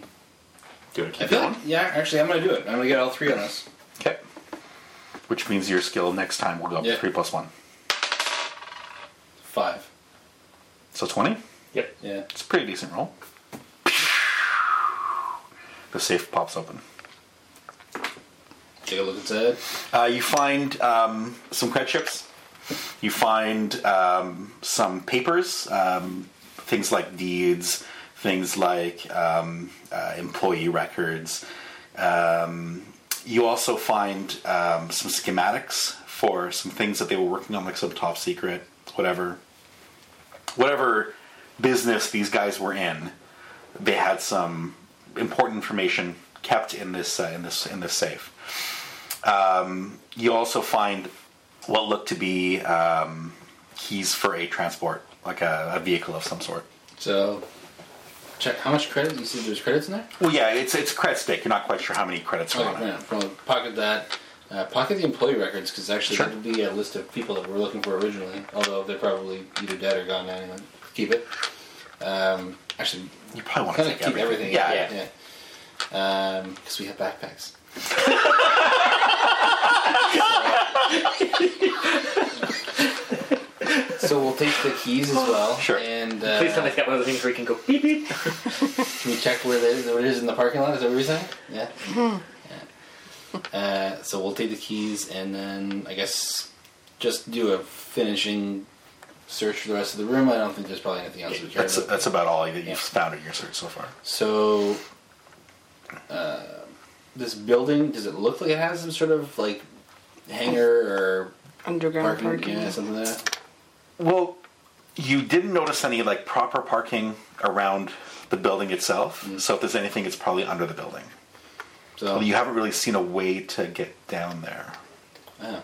Do it.
I
Keep
feel
going.
like, yeah. Actually, I'm gonna do it. I'm gonna get all three on this.
Okay. Which means your skill next time will go up
Yeah.
to three plus one.
Five.
So 20?
Yep.
Yeah.
It's a pretty decent roll. The safe pops open.
Take a look inside.
Uh, you find um, some credit chips. You find um, some papers, um, things like deeds, things like um, uh, employee records. Um, you also find um, some schematics for some things that they were working on, like some top secret, whatever, whatever business these guys were in. They had some important information kept in this uh, in this in this safe you also find what looked to be um, keys for a transport, like a, a vehicle of some sort.
So, check how much credit. You see, there's credits in there.
Well, yeah, it's it's a credit stake. You're not quite sure how many credits are
Okay,
on it.
yeah, from pocket that. Uh, pocket the employee records because actually
Sure.
that'd be a list of people that we're looking for originally. Although they're probably either dead or gone now. Anyway. Keep it. Um, actually,
You probably want to
kind of
take
keep everything.
everything. Yeah,
yeah.
yeah. Because we have backpacks. so we'll take the keys as well.
Sure.
And uh,
Please tell me it's got one of those things where you can go beep beep.
can we check where it is? Where it is in the parking lot? Is that what you're saying? Yeah. yeah. Uh, so we'll take the keys and then I guess just do a finishing search for the rest of the room. I don't think there's probably anything else we care
That's
about.
that's about all that you've
Yeah.
found in your search so far.
So, uh, this building does it look like it has some sort of like hangar or
Underground
parking,
parking.
yeah, something like that?
Well, you didn't notice any like proper parking around the building itself.
Mm-hmm.
So if there's anything, it's probably under the building.
So
Well, you haven't really seen a way to get down there.
yeah.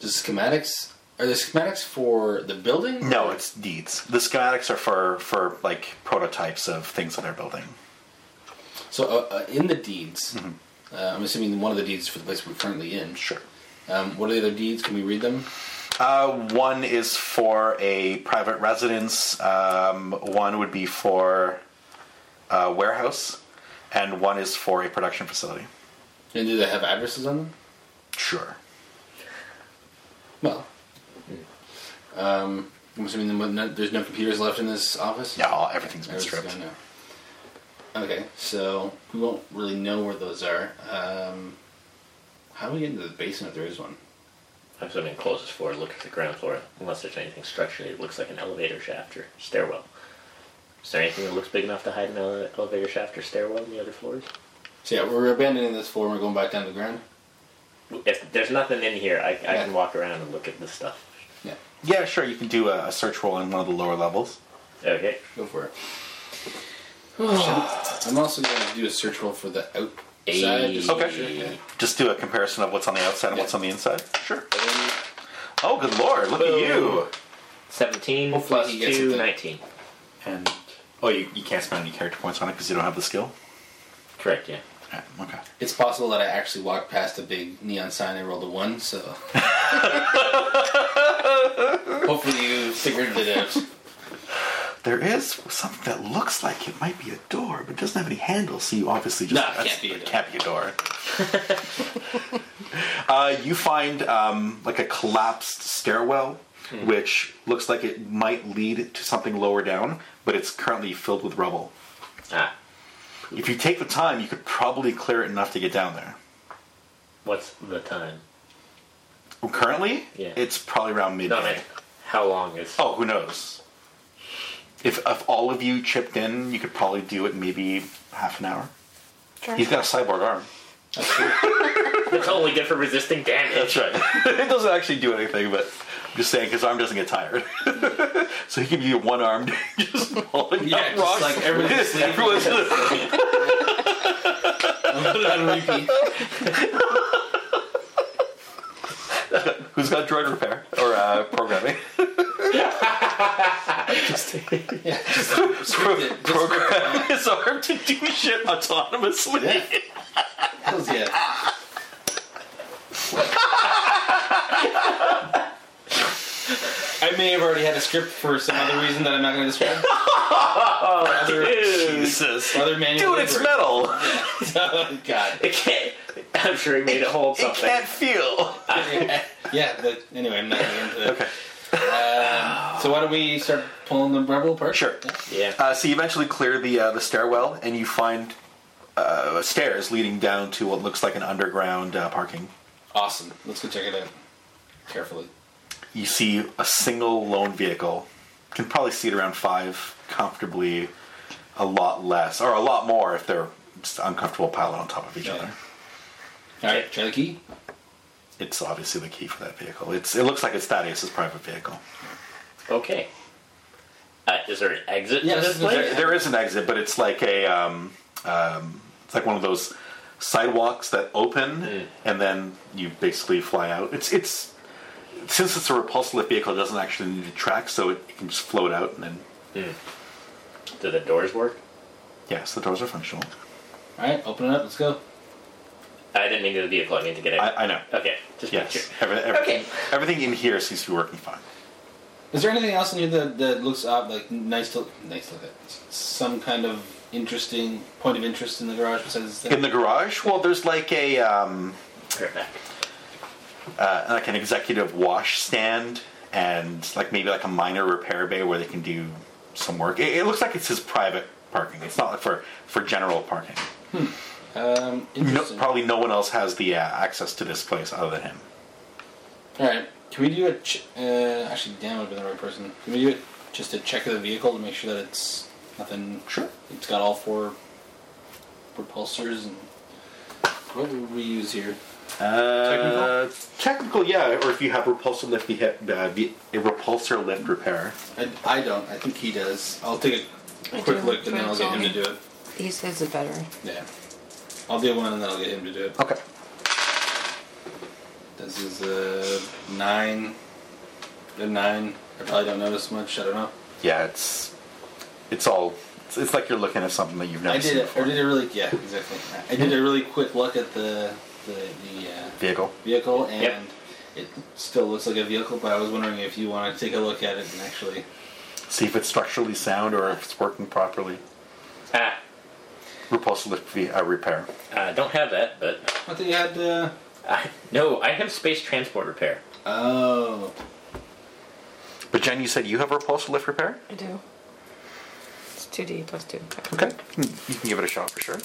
just schematics. Are the schematics for the building?
No, it's deeds. The schematics are for for like prototypes of things that they're building.
so uh, uh, in the deeds.
Mm-hmm.
Uh, I'm assuming one of the deeds for the place we're currently in.
Sure.
Um, what are the other deeds? Can we read them?
Uh, one is for a private residence. Um, one would be for a warehouse, and one is for a production facility.
And do they have addresses on them?
Sure.
Well, um, I'm assuming there- no- there's no computers left in this office.
Yeah, all, everything's been
Everything's
stripped.
gone now. Okay, so we won't really know where those are. Um, how do we get into the basement if there is one?
I'm swimming closest floor, look at the ground floor, unless there's anything structurally that looks like an elevator shaft or stairwell. Is there anything that looks big enough to hide an ele- elevator shaft or stairwell in the other floors?
So yeah, we're abandoning this floor and we're going back down to the ground.
If there's nothing in here, I, I
Yeah.
can walk around and look at this stuff.
Yeah,
Yeah, sure. You can do a, a search roll in one of the lower levels.
Okay.
go for it. I'm also going to do a search roll for the outside. just-
Okay.
Yeah.
Just do a comparison of what's on the outside and what's on the inside. Sure.
And
Oh, good lord! Look at you.
17
Hopefully
plus
he gets
2,
it then.
19.
And oh, you, you can't spend any character points on it because you don't have the skill.
Correct, yeah.
Yeah, okay.
It's possible that I actually walked past a big neon sign and rolled a one, so. Hopefully you figured it out.
There is something that looks like it might be a door, but it doesn't have any handles, so you obviously just
No, it
that's-
can't be a door.
can't be a door. uh, you find um, like a collapsed stairwell,
Hmm.
which looks like it might lead to something lower down, but it's currently filled with rubble.
Ah,
Hmm.
If you take the time, you could probably clear it enough to get down there.
what's the time?
Currently,
Yeah.
it's probably around midday.
No, man. How long is.
Oh, who knows? If, if all of you chipped in, you could probably do it in maybe half an hour.
Sure.
He's got a cyborg arm.
It's only good for resisting damage.
That's right. it doesn't actually do anything, but I'm just saying his arm doesn't get tired. so he can be one armed, just pulling
Yeah,
out
just
rocks.
like everyone's asleep.
Everyone's who's got droid repair or uh, programming.
Yeah, just
Pro-
it, just
program his arm to do shit autonomously.
Yeah. Hells yeah. I may have already had a script for some other reason that I'm not going to describe. other,
Jesus.
other manual
Dude, it's
labor.
metal.
oh, God.
It can't. I'm sure he made it hold
It
something.
can't feel.
Yeah, yeah but anyway, I'm not getting into that.
Okay.
Um, so why don't we start pulling the rubble apart?
Sure.
Yeah.
Yeah.
Uh, so you eventually clear the uh, the stairwell, and you find uh, stairs leading down to what looks like an underground uh, parking.
Awesome. Let's go check it out. Carefully.
You see a single lone vehicle. Can probably see it around five comfortably. A lot less, or a lot more, if they're just uncomfortable piling on top of each
Yeah.
other.
All right, try the key.
It's obviously the key for that vehicle. It's it looks like it's Thaddeus's private vehicle.
Okay. Uh, is there an exit
Yeah,
to
this
this
is-
place?
There, there is an exit, but it's like a um, um, it's like one of those sidewalks that open and then you basically fly out. It's it's since it's a repulsed lift vehicle, it doesn't actually need to track, so it, it can just float out and then.
Hmm. Do the doors work?
Yes, the doors are functional.
All right, open it up. Let's go.
I didn't mean to the vehicle. I mean to get it.
I, I know.
okay, just make sure.
Yes, every, everything,
Okay.
everything in here seems to be working fine.
Is there anything else in here that, that looks odd, like nice to nice to look at? Some kind of interesting point of interest in the garage besides this
In
thing?
the garage, well, there's like a um,
Perfect.
uh, like an executive wash stand and like maybe like a minor repair bay where they can do some work. It, it looks like it's his private parking. It's not like for for general parking.
um,
No,
interesting.
probably no one else has the uh, access to this place other than him.
All right, can we do a ch- uh, actually? Damn, I've been the right person. Can we do it just a check of the vehicle to make sure that it's nothing?
Sure.
It's got all four propulsors and what would we use here?
Uh, technical, yeah. Or if you have repulsor lift, beha- uh, be- a repulsor lift repair.
I, I don't. I think he does. I'll take a
I
quick
do,
look and then I'll get him to
Tony.
do it.
He's, he's a veteran.
Yeah. I'll do one and then I'll get him to do it.
Okay.
This is a nine. A nine. I probably don't notice much. I don't know.
Yeah, it's it's all. It's, it's like you're looking at something that you've never
I did
seen
it. I
before.
did a really. Yeah, exactly. I did a really quick look at the the, the uh,
Vehicle.
vehicle, and
Yep.
it still looks like a vehicle. But I was wondering if you want to take a look at it and actually.
See if it's structurally sound or if it's working properly.
Ah,
Repulsor lift ve- uh, repair.
I don't have that, but
I think you had. Uh,
I, no, I have space transport repair.
oh.
But Jen, you said you have repulsor lift repair.
I do. It's 2D plus 2.
Okay. Hmm, You can give it a shot for sure.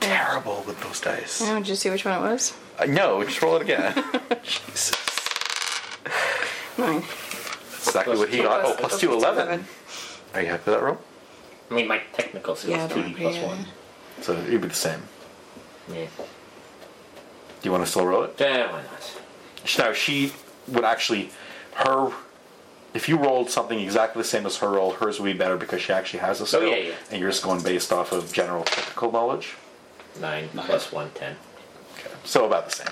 Terrible with those dice.
Oh, did you see which one it was?
Uh, no, just roll it again. Jesus.
Nine.
That's exactly what he got. Oh, plus two, 11. Are you happy with that roll?
I mean, my technical skills
Yeah, I
two
don't
D
agree.
plus
Yeah.
one.
So it'd be the same.
Yeah.
Do you want to still roll it?
Eh, why not?
Now she would actually, her, if you rolled something exactly the same as her roll, hers would be better because she actually has a skill,
yeah, yeah.
and you're just going based off of general technical knowledge.
Nine,
Nine.
plus one, ten.
Okay. So about the same.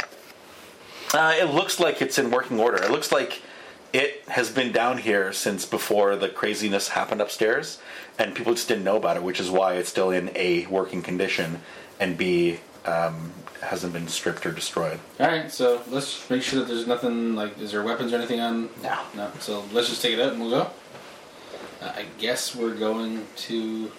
Uh, it looks like it's in working order. It looks like it has been down here since before the craziness happened upstairs, and people just didn't know about it, which is why it's still in a working condition, and B um, hasn't been stripped or destroyed.
All right. So let's make sure that there's nothing like. Is there weapons or anything on?
No.
No. So let's just take it out and we'll go. Uh, I guess we're going to.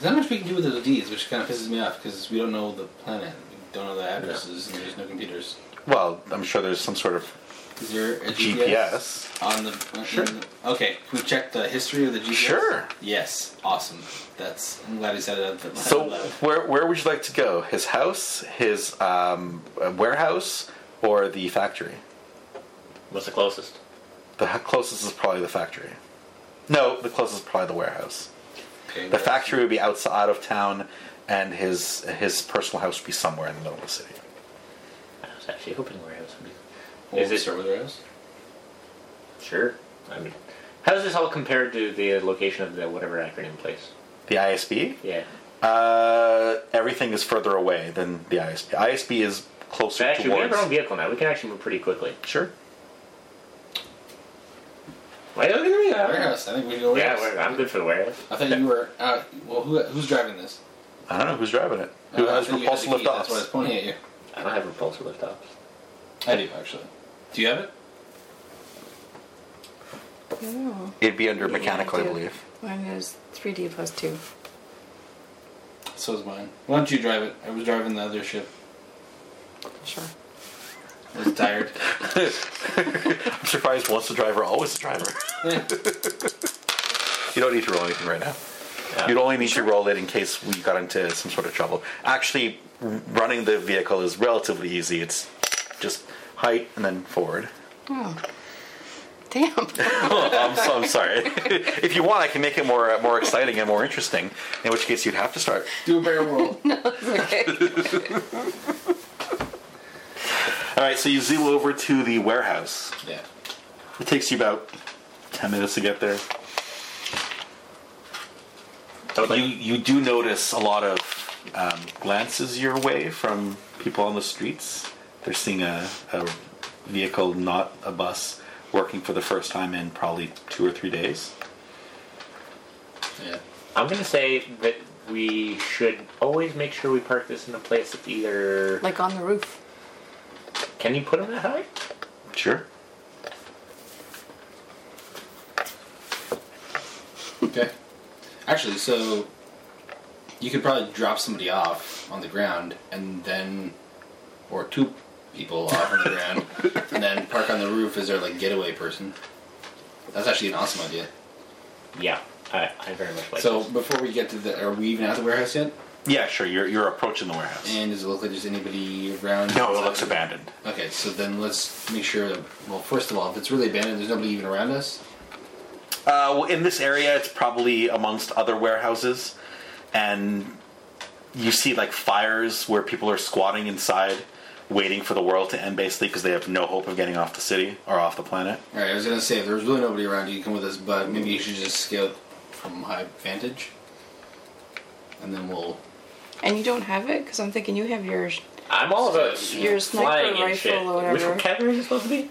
There's not much we can do with those Ds, which kind of pisses me off because we don't know the planet, we don't know the addresses, and there's no computers.
Well, I'm sure there's some sort of
Is there a GPS,
GPS.
on the? Sure. okay. Can we check the history of the GPS?
Sure.
Yes. Awesome. That's. I'm glad he said it. out loud.
So where where would you like to go? His house, his um, warehouse, or the factory?
What's the closest?
The h- closest is probably the factory. No, the closest is probably the warehouse.
Okay,
The
well,
factory would be outside out of town, and his his personal house would be somewhere in the middle of the city.
I was actually hoping warehouse would
we'll
is it-
start with the rest?
be. Sure. I mean, how does this all compare to the location of the whatever acronym place?
The ISB,
Yeah.
uh, everything is further away than the ISB. ISB is
So
closer
actually, we have
towards.
our own vehicle now. We can actually move pretty quickly.
sure.
Wait, look at me. Yeah,
Warehouse. I think we should go warehouse.
we're, I'm good for the warehouse.
I thought you were. Uh, well, who, who's driving this?
I don't know who's driving it. Who
Uh, I
has
thought you had the
repulsor
key,
lift
That's why I was
offs?
pointing at you.
I don't have repulsor lift ops.
I do actually. Do you have it?
No.
It'd be under
Yeah, I
mechanical, I
do.
believe.
Mine is 3D plus 2.
So is mine. Why don't you drive it? I was driving the other ship.
Sure.
I was tired.
I'm surprised once the driver, always the driver.
Yeah.
You don't need to roll anything right now.
Yeah.
You'd only need to roll it in case we got into some sort of trouble. Actually, r- running the vehicle is relatively easy. It's just height and then forward.
Oh. Damn.
Oh, I'm, so, I'm sorry. if you want, I can make it more uh, more exciting and more interesting. In which case, you'd have to start.
do a barrel roll.
It's okay.
All right, so you zoom over to the warehouse.
Yeah.
It takes you about ten minutes to get there.
I would like,
you you do notice a lot of um, glances your way from people on the streets. They're seeing a, a vehicle, not a bus, working for the first time in probably two or three days.
Yeah.
I'm gonna say that we should always make sure we park this in a place that's either.
Like on the roof.
Can you put them that high?
Sure.
Okay. Actually, so you could probably drop somebody off on the ground and then, or two people off on the ground, and then park on the roof as their like getaway person. That's actually an awesome idea.
Yeah, I, I very much like.
So
this.
before we get to the, are we even at the warehouse yet?
Yeah, sure. You're, you're approaching the warehouse.
And does it look like there's anybody around?
no, it looks abandoned.
Okay, so then let's make sure. That, well, first of all, if it's really abandoned, there's nobody even around us.
Uh, well, in this area, it's probably amongst other warehouses, and you see like fires where people are squatting inside, waiting for the world to end, basically because they have no hope of getting off the city or off the planet.
All right, I was gonna say if there's really nobody around, you can come with us, but maybe you should just scout from high vantage, and then we'll.
And you don't have it? Because I'm thinking you have yours.
I'm all about
Your sniper
flying and
rifle
shit.
or
Which
whatever.
category is it supposed to be?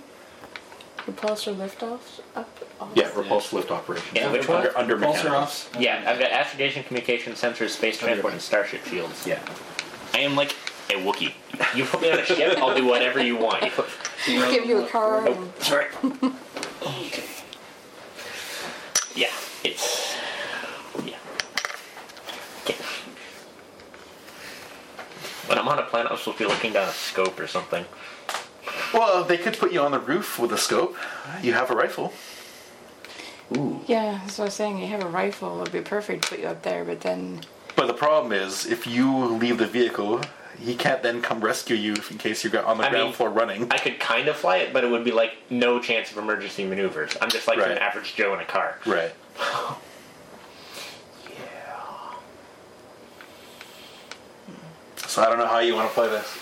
Repulsor liftoffs up? off?
Yeah, repulse lift operation.
Yeah, which one?
Under, under
Pulse her
mechanical.
off.
Yeah, I've got astrogation, communication, sensors, space transport, and starship shields.
Yeah.
I am like a Wookiee. You put me on a ship, I'll do whatever you want. You put,
You know,
Give you a car.
Nope.
and-
Sorry. yeah, it's. Yeah. Okay. When I'm on a planet, I'm supposed to be looking down a scope or something.
Well, they could put you on the roof with a scope. You have a rifle.
Yeah, that's what I was saying. You have a rifle. It would be perfect to put you up there, but then.
But the problem is, if you leave the vehicle, he can't then come rescue you in case you're on the
I
ground
mean-
floor running.
I could kind of fly it, but it would be like no chance of emergency maneuvers. I'm just like an
Right.
average Joe in a car.
right.
Yeah.
So I don't know how you want to play this.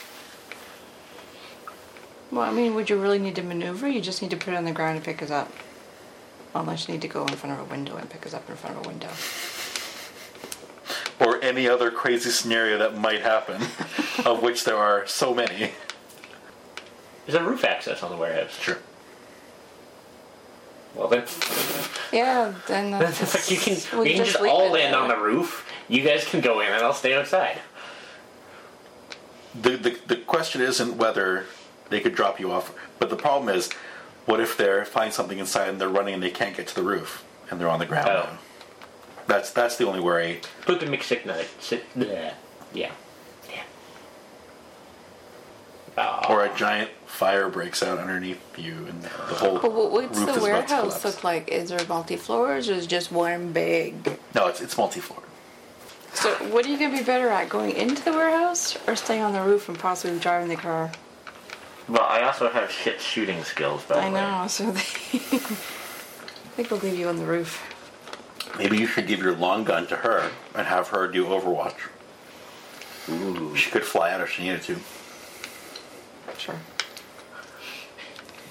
Well, I mean, would you really need to maneuver? You just need to put it on the ground and pick us up. Unless you need to go in front of a window and pick us up in front of a window.
or any other crazy scenario that might happen, of which there are so many.
There's a roof access on the warehouse.
Sure.
Well then,
Yeah, then that's.
it's like you can
we
we can just,
leave
all
it
land
there.
on the roof. You guys can go in, and I'll stay outside.
The, the the question isn't whether they could drop you off, but the problem is, what if they find something inside and they're running and they can't get to the roof and they're on the ground?
Oh.
now? That's that's the only worry.
Poop and McSick nugget. Sit. Yeah. Yeah. Ah. Yeah.
Or a giant fire breaks out underneath you and the whole
But what-
roof is
what's the
about to
warehouse
collapse.
look like? Is there multi floors or is just one big?
No, it's it's multi-floor.
So, what are you gonna be better at, going into the warehouse or staying on the roof and possibly driving the car?
Well, I also have shit shooting skills, by the
I
way.
know. So, they I think we'll leave you on the roof.
Maybe you should give your long gun to her and have her do Overwatch. She could fly out if she needed to.
Sure.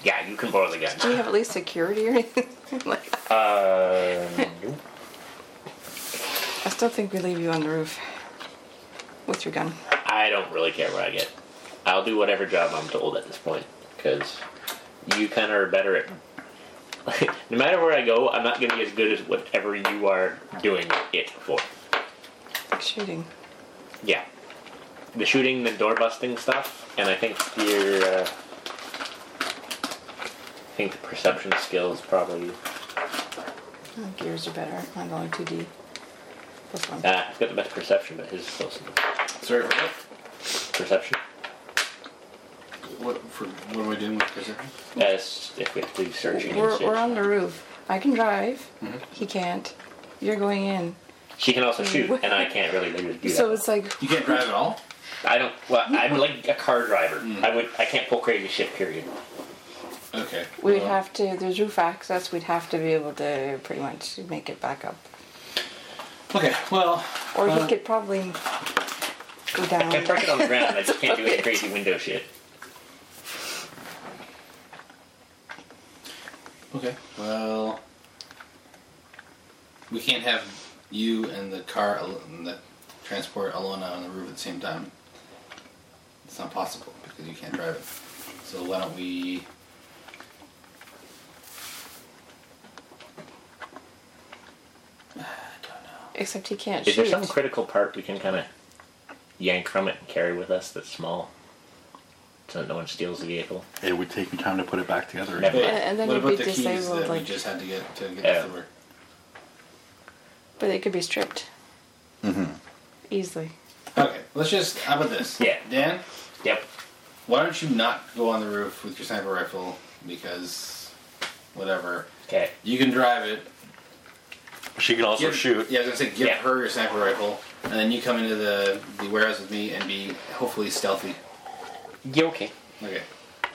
Yeah, you can borrow the
Do
gun.
you have at least security or anything? like,
Uh,
I still think we leave you on the roof with your gun.
I don't really care what I get. I'll do whatever job I'm told at this point, because you kind of are better at. no matter where I go, I'm not going to be as good as whatever you are doing it for.
Like shooting.
Yeah. The shooting, the door busting stuff, and I think your. Uh, I think the perception skills probably.
Oh, Gears are better. Mine's only 2D. This one.
Ah, he's got the best perception, but his is still some
Sorry, for what?
perception.
What, for, what am I doing with perception?
As if we have to do searching. and
We're,
shit. Mm-hmm.
we're on the roof. I can drive. He can't. You're going in.
She can also shoot, and I can't really do do that.
So it's like,
You can't drive at all.
I don't. Well, I'm like a car driver. I would. I can't pull crazy shit. Period.
Okay.
we'd
well,
have to, there's roof access, we'd have to be able to pretty much make it back up.
Okay. Well,
Or
Uh,
he could probably go
I can
down.
park it on the ground. I just can't do any crazy window shit.
Okay. Well, we can't have you and the car al- and the transport Alona on the roof at the same time. It's not possible because you can't drive it. So why don't we?
Except he can't
Is there
shoot.
some critical part we can kind of yank from it and carry with us that's small, so that no one steals the vehicle?
It would take me time to put it back together.
Never.
Yeah, and then
what
you'd
about
be
the keys
disabled,
that we
like-
just had to get to get
Yeah.
the door?
But they could be stripped. Mm-hmm. Easily.
Okay, let's just. How about this?
Yeah.
Dan,
Yep.
why don't you not go on the roof with your sniper rifle because whatever.
Okay.
You can drive it.
She can also
Give-
shoot.
Yeah, I was gonna say give
Yeah.
her your sniper rifle, and then you come into the the warehouse with me and be hopefully stealthy.
You okay?
Okay,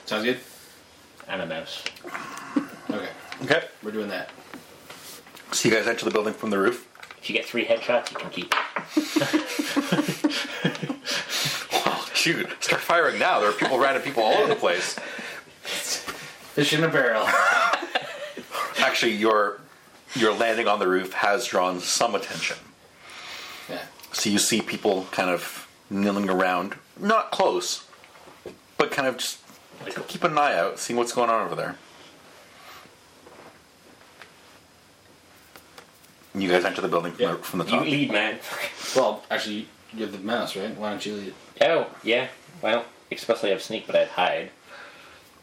sounds good.
And a mouse.
Okay,
Okay.
we're doing that.
So you guys enter the building from the roof.
If you get three headshots, you can keep. it.
Shoot! Start firing now. There are people, random people all over the place.
Fish in a barrel.
Actually, your your landing on the roof has drawn some attention.
yeah.
So you see people kind of milling around, not close, but kind of just keep an eye out, seeing what's going on over there. You guys enter the building from,
Yeah.
the, from the
You
top.
lead, man.
Well, actually, you have the mouse, right? Why don't you lead?
Oh yeah. Well, especially I have sneak, but I have hide.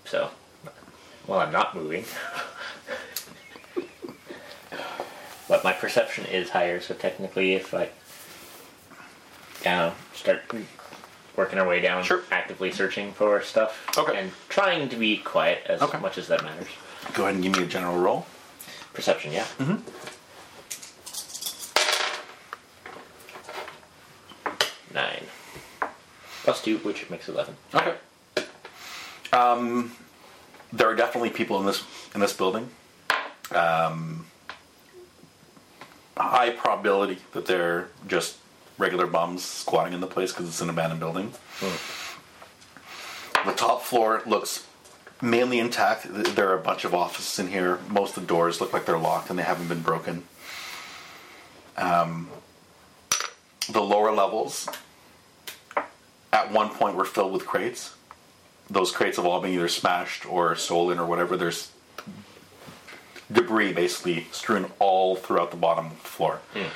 So, well, I'm not moving. but my perception is higher, so technically, if I, down, start working our way down,
Sure.
actively searching for stuff,
Okay.
and trying to be quiet as
Okay.
much as that matters.
Go ahead and give me a general roll.
Perception, yeah. Mm-hmm. Nine. Plus two, which makes eleven.
Okay. Um, there are definitely people in this in this building. Um, high probability that they're just regular bums squatting in the place because it's an abandoned building. The top floor looks mainly intact. Th- There are a bunch of offices in here. Most of the doors look like they're locked and they haven't been broken. Um, the lower levels at one point were filled with crates. Those crates have all been either smashed or stolen or whatever. There's debris basically strewn all throughout the bottom floor.
Hmm.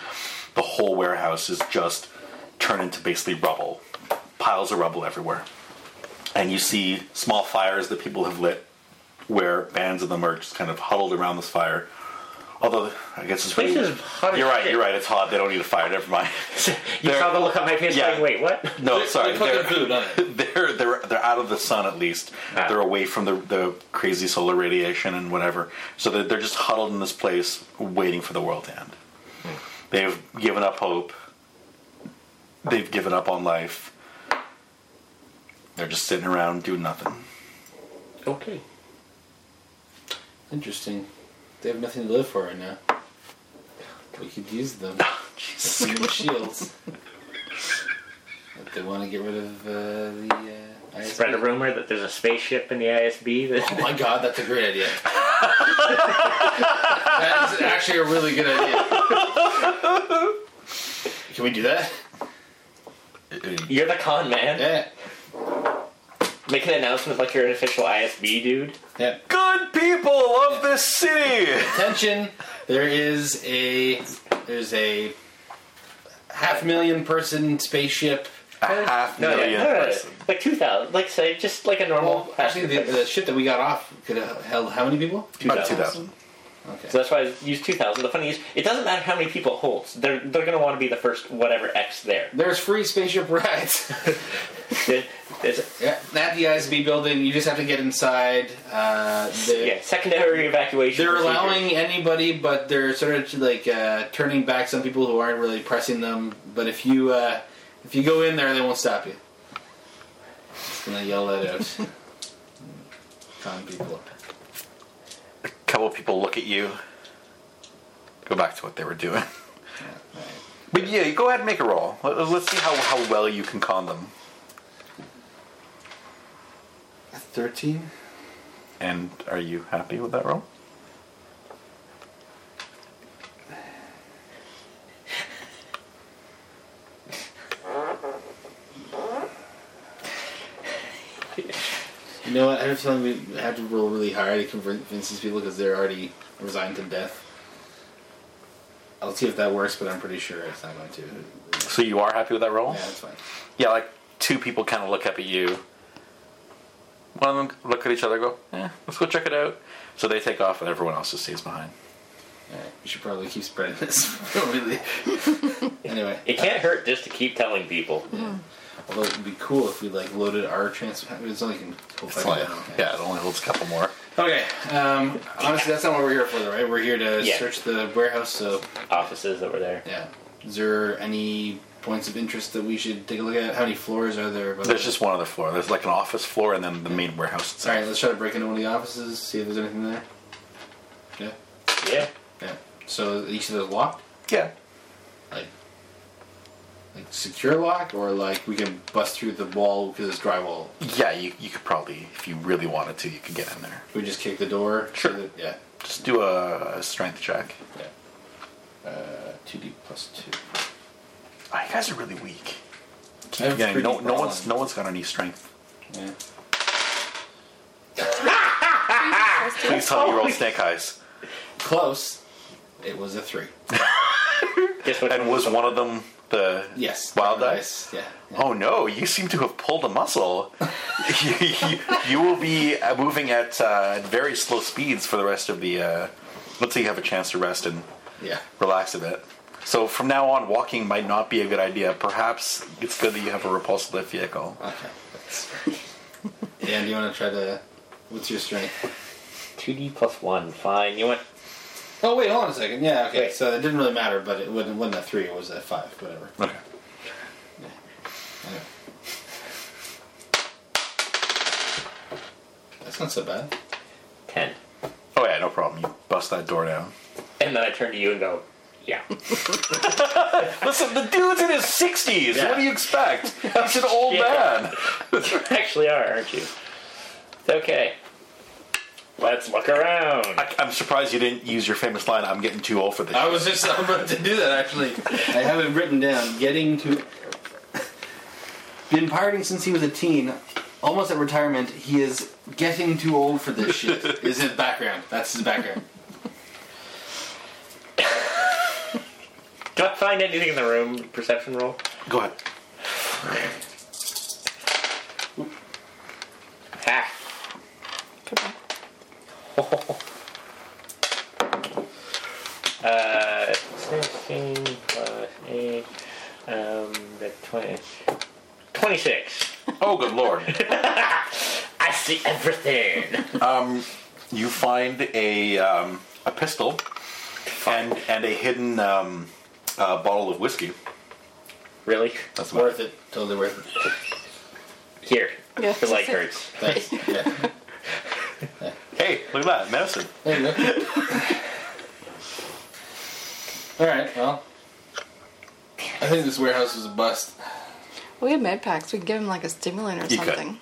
The whole warehouse is just turned into basically rubble, piles of rubble everywhere. And you see small fires that people have lit where bands of them are just kind of huddled around this fire. Although, I guess it's
This
really.
is hot as
you're right,
shit.
you're right, it's hot. They don't need a fire, never mind.
You
There-
saw the look on my face
Yeah.
like, wait, what?
No, sorry.
Put
they're-
the food on it.
they're they're they're out of the sun at least.
Ah.
They're away from the the crazy solar radiation and whatever. So they're, they're just huddled in this place, waiting for the world to end.
Hmm.
They've given up hope. They've given up on life. They're just sitting around doing nothing.
Okay.
Interesting. They have nothing to live for right now. We could use them.
Ah,
We need shields. But they want to get rid of uh, the. Uh, ISB.
Spread a rumor that there's a spaceship in the ISB
Oh
that
my god, that's a great idea. that is actually a really good idea. Can we do that?
you're the con man.
Yeah.
Make an announcement like you're an official ISB dude.
Yeah.
Good people of this city.
Attention! There is a there's a half million person spaceship.
A half
No,
million
Oh, yeah, no, no, no.
person.
Like two thousand. Like say just like a normal.
Well, actually, the, the ship that we got off could have held how many people?
About two thousand.
So that's why I use 2,000. The funny is, it doesn't matter how many people it holds. They're, they're going to want to be the first whatever X there.
There's free spaceship rides.
There- There's,
yeah, at the ISB building, you just have to get inside. Uh, the,
yeah, secondary evacuation.
They're
procedure.
allowing anybody, but they're sort of like uh, turning back some people who aren't really pressing them. But if you uh, if you go in there, they won't stop you. Just gonna yell that out. Con people up.
A couple people look at you. Go back to what they were doing. But yeah, go ahead and make a roll. Let- Let's see how, how well you can con them.
Thirteen.
And are you happy with that roll?
You know what? I have a feeling we have to roll really hard to convince these people because they're already resigned to death. I'll see if that works, but I'm pretty sure it's not going to. Yeah,
So you are happy with that roll?
that's fine.
Yeah, like two people kind of look up at you. One of them look at each other, go, "Eh, let's go check it out." So they take off, and everyone else just stays behind.
All right. We should probably keep spreading this. really. anyway,
It can't hurt just to keep telling people.
although it would be cool if we like loaded our trans. It's only can hold
It's
five
only-
people, okay.
yeah, it only holds a couple more.
Okay. Um, honestly, that's not what we're here for, though, right? We're here to
Yeah.
search the warehouse. So
Offices that were there.
yeah, is there any points of interest that we should take a look at? How many floors are there?
There's just one other floor. There's like an office floor, and then the main warehouse
All
itself.
right, let's try to break into one of the offices. See if there's anything there. Yeah.
Yeah.
Yeah. So each of those locked,
Yeah,
like, like secure lock, or like we can bust through the wall because it's drywall.
yeah. You you could probably, if you really wanted to, you could get in there.
We just kick the door.
Sure.
So that- yeah.
Just do a, a strength check.
Yeah. Uh, two D plus two.
Oh, you guys are really weak.
I have
Yeah,
pretty
no, no
broad
one's no one's got any strength.
Yeah.
Please tell me you rolled snake eyes.
Close. It was a three.
Guess what?
And was one of them the
Yes.
wild
Diamond
eyes?
Yeah. yeah.
Oh no, you seem to have pulled a muscle. you, you- you will be uh, moving at uh, very slow speeds for the rest of the. Uh, let's say you have a chance to rest and
Yeah.
relax a bit. So from now on, walking might not be a good idea. Perhaps it's good that you have a repulsive lift vehicle.
Okay. That's... Dan, do you want to try to? What's your strength?
2D plus 1. Fine. You want.
Oh wait, hold on a second. Yeah, okay.
Wait.
So it didn't really matter, but it wasn't, wasn't a three. It was a five. Whatever.
Okay.
Anyway. That's not so bad.
10.
Oh yeah, no problem. You bust that door down.
And then I turn to you and go, yeah.
Listen, the dude's in his sixties.
Yeah.
What do you expect? He's an old
Shit.
man.
you actually are, aren't you? It's okay. Let's look around.
I, I'm surprised you didn't use your famous line. I'm getting too old for this.
I was just about to do that actually. I have it written down. Getting to been pirating since he was a teen. Almost at retirement, he is getting too old for this shit. is his background? That's his background.
Do I find anything in the room? Perception roll?
Go ahead.
Ha!
Goodbye.
Uh, 16 plus 8. Um, that's 20. 26.
Oh, good lord.
I see everything.
you find a um, a pistol and and a hidden um, uh, bottle of whiskey.
really?
That's about
worth it. Totally worth it.
Here.
Yeah.
The light hurts.
Thanks. Yeah.
Hey, look at that medicine.
There you go. All right. Well, I think this warehouse was a bust.
We have med packs. We can give him like a stimulant or
You could.
something.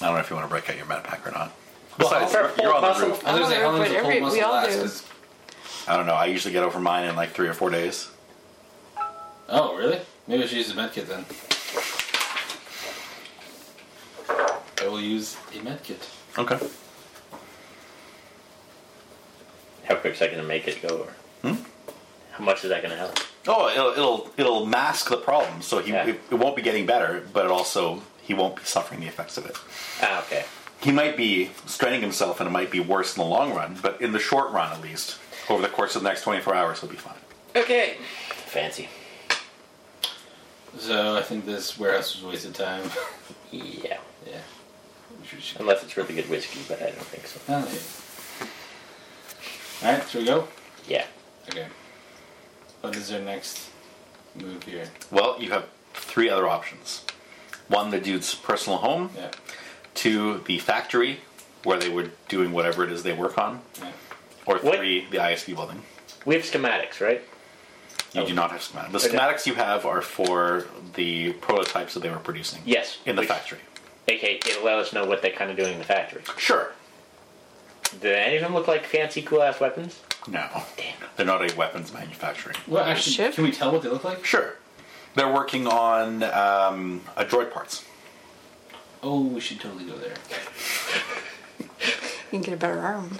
I don't know if you want to break out your med pack or not.
Well,
Besides,
for
you're- you're on the
muscle-
roof.
I was gonna say, how long does a cold
Every- we
muscle
all
last?
do.
'Cause-
I don't know. I usually get over mine in like three or four days.
Oh, really? Maybe I should use a med kit then. I will use a med kit.
Okay.
How quick's that going to make it go over?
Hmm?
How much is that going to help?
Oh, it'll it'll, it'll mask the problem, so he
Yeah.
it, it won't be getting better, but it also he won't be suffering the effects of it.
Ah, okay.
He might be straining himself, and it might be worse in the long run, but in the short run, at least over the course of the next twenty four hours, he'll be fine.
Okay. Fancy.
So I think this warehouse was a waste of time.
Yeah.
yeah. Oh, We should- should-
Unless it's really good whiskey, but I don't think so.
Oh, yeah. All right, should we go?
Yeah.
Okay. What is our next move here?
Well, you have three other options. One, the dude's personal home.
Yeah.
Two, the factory where they were doing whatever it is they work on.
yeah.
Or
What-
three, the ISP building.
We have schematics, right?
You
Oh.
do not have schematics. The
Okay.
schematics you have are for the prototypes that they were producing.
Yes.
In the
Which-
factory.
Okay, it'll let us know what they're kind of doing in the factory.
Sure.
Do any of them look like fancy, cool ass weapons?
No.
Damn.
They're not a weapons manufacturing.
Well, actually,
Shift?
can we tell what they look like?
uh, Sure. They're working on um, adroit parts.
Oh, we should totally go there.
You can get a better arm.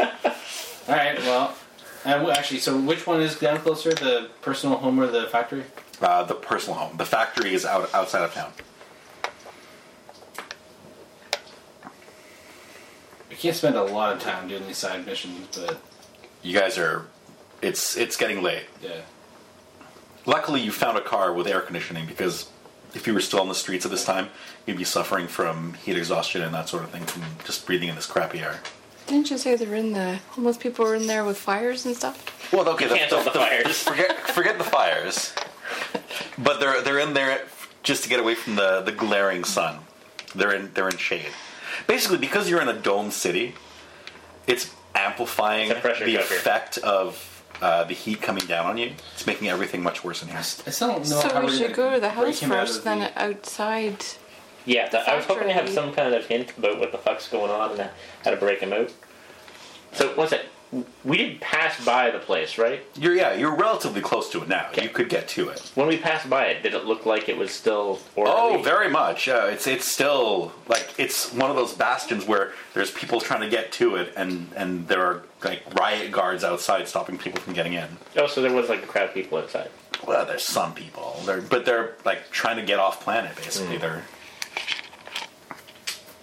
All right. Well, uh, well, actually, so which one is down closer, the personal home or the factory?
Uh, the personal home. The factory is out outside of town.
We can't spend a lot of time doing these side missions, but
You guys are. It's it's getting late.
yeah.
Luckily, you found a car with air conditioning because if you were still on the streets at this time, you'd be suffering from heat exhaustion and that sort of thing from just breathing in this crappy air.
Didn't you say they're in the homeless people were in there with fires and stuff?
Well, okay, the-
Cancel the fires.
forget forget the fires, but they're they're in there just to get away from the the glaring sun. They're in they're in shade. Basically, because you're in a dome city, it's amplifying
It's a pressure
the
cooker.
effect of. Uh, the heat coming down on you. It's making everything much worse in here.
I still don't know how
so we
we're
should
gonna
go to the
break
house
him out
first,
of
then
the-
outside.
Yeah, the, I was hoping to have
Factory.
some kind of hint about what the fuck's going on and how to break him out. So, one sec. We did pass by the place, right?
You're yeah, you're relatively close to it now.
Okay.
You could get to it.
When we passed by it, did it look like it was still orderly?
Oh, very much. Uh, it's it's still like it's one of those bastions where there's people trying to get to it, and and there are like riot guards outside stopping people from getting in.
Oh, so there was like a crowd of people outside.
Well, there's some people, they're, but they're like trying to get off planet.
Hmm.
Basically, they're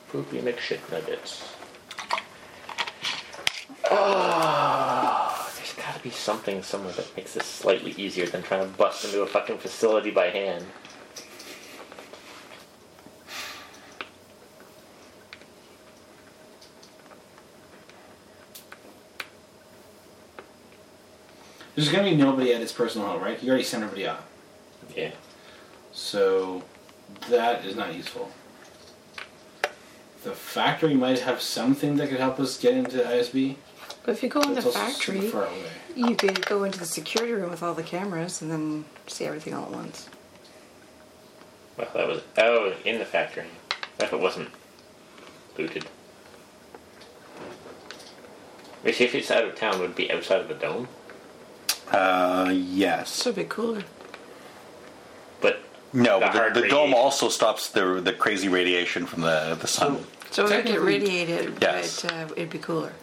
Poopy McShit Nuggets. Oh, there's gotta be something somewhere that makes this slightly easier than trying to bust into a fucking facility by hand.
There's gonna be nobody at his personal home, right? He already sent everybody out,
Yeah.
so that is not useful. The factory might have something that could help us get into ISB.
But if you go in the
It's also super
factory,
far away.
you could go into the security room with all the cameras and then see everything all at once.
Well, that was. Oh, in the factory. What if it wasn't booted? You see, if it's out of town, would it be outside of the dome?
uh yes.
So it'd be cooler.
But.
No,
The
but
hard
the, the dome
radiation.
also stops the the crazy radiation from the the sun.
So it would get
Technically-
radiated,
Yes.
but uh, it'd be cooler.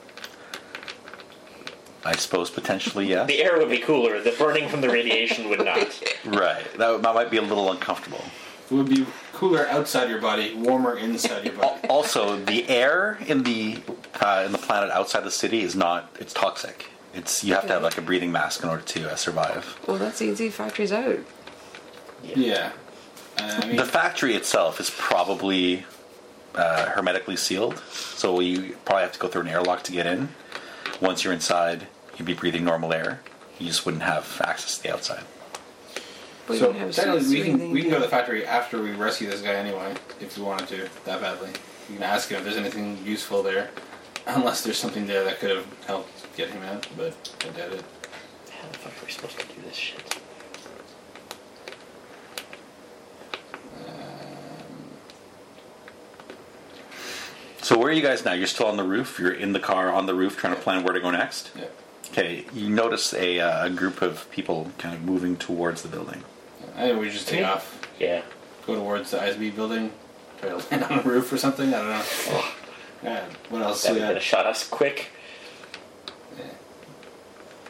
I suppose potentially yes.
The air would be cooler. The burning from the radiation would not.
Right. That, that might be a little uncomfortable.
It would be cooler outside your body, warmer inside your
Al-
body.
also, the air in the uh, in the planet outside the city is not it's toxic. It's you have
Hmm.
to have like a breathing mask in order to uh, survive.
Well, that's easy. Factory's out.
yeah. Uh, I mean,
The factory itself is probably uh, hermetically sealed, so you probably have to go through an airlock to get in. Once you're inside, you'd be breathing normal air. You just wouldn't have access to the outside.
We
so
don't have
technically,
suits
we
or
can
anything.
we can go to the factory after we rescue this guy anyway, if we wanted to that badly. We can ask him if there's anything useful there, unless there's something there that could have helped get him out. But I doubt it.
How the fuck are we supposed to do this shit?
So where are you guys now? You're still on the roof. You're in the car on the roof, trying to plan where to go next.
Yeah.
Okay, you notice a, uh, a group of people kind of moving towards the building.
I think we just take
Yeah.
off,
Yeah.
go towards the ISB building, try to land on a roof or something. I don't know. Yeah, what else?
That
do
would
we
have
got?
shot us quick.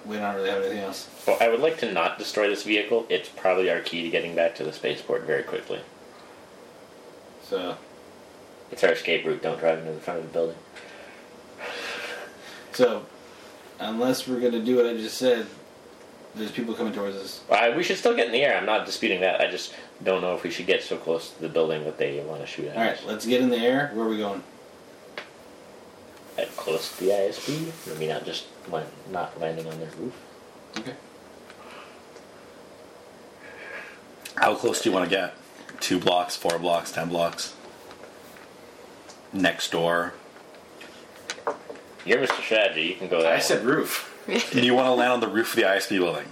We don't really have anything else.
Well, I would like to not destroy this vehicle. It's probably our key to getting back to the spaceport very quickly.
So
It's our escape route. Don't drive into the front of the building.
So, unless we're gonna do what I just said, there's people coming towards us.
I, Uh, we should still get in the air. I'm not disputing that. I just don't know if we should get so close to the building that they want to shoot at
All right,
us.
let's get in the air. Where are we going?
At close to the ISB, maybe not just land, not landing on their roof.
Okay.
How close do you want to get? Two blocks, four blocks, ten blocks. Next door.
You're Mr. Strategy. You can go that
I said roof.
Do you want to land on the roof of the ISB building?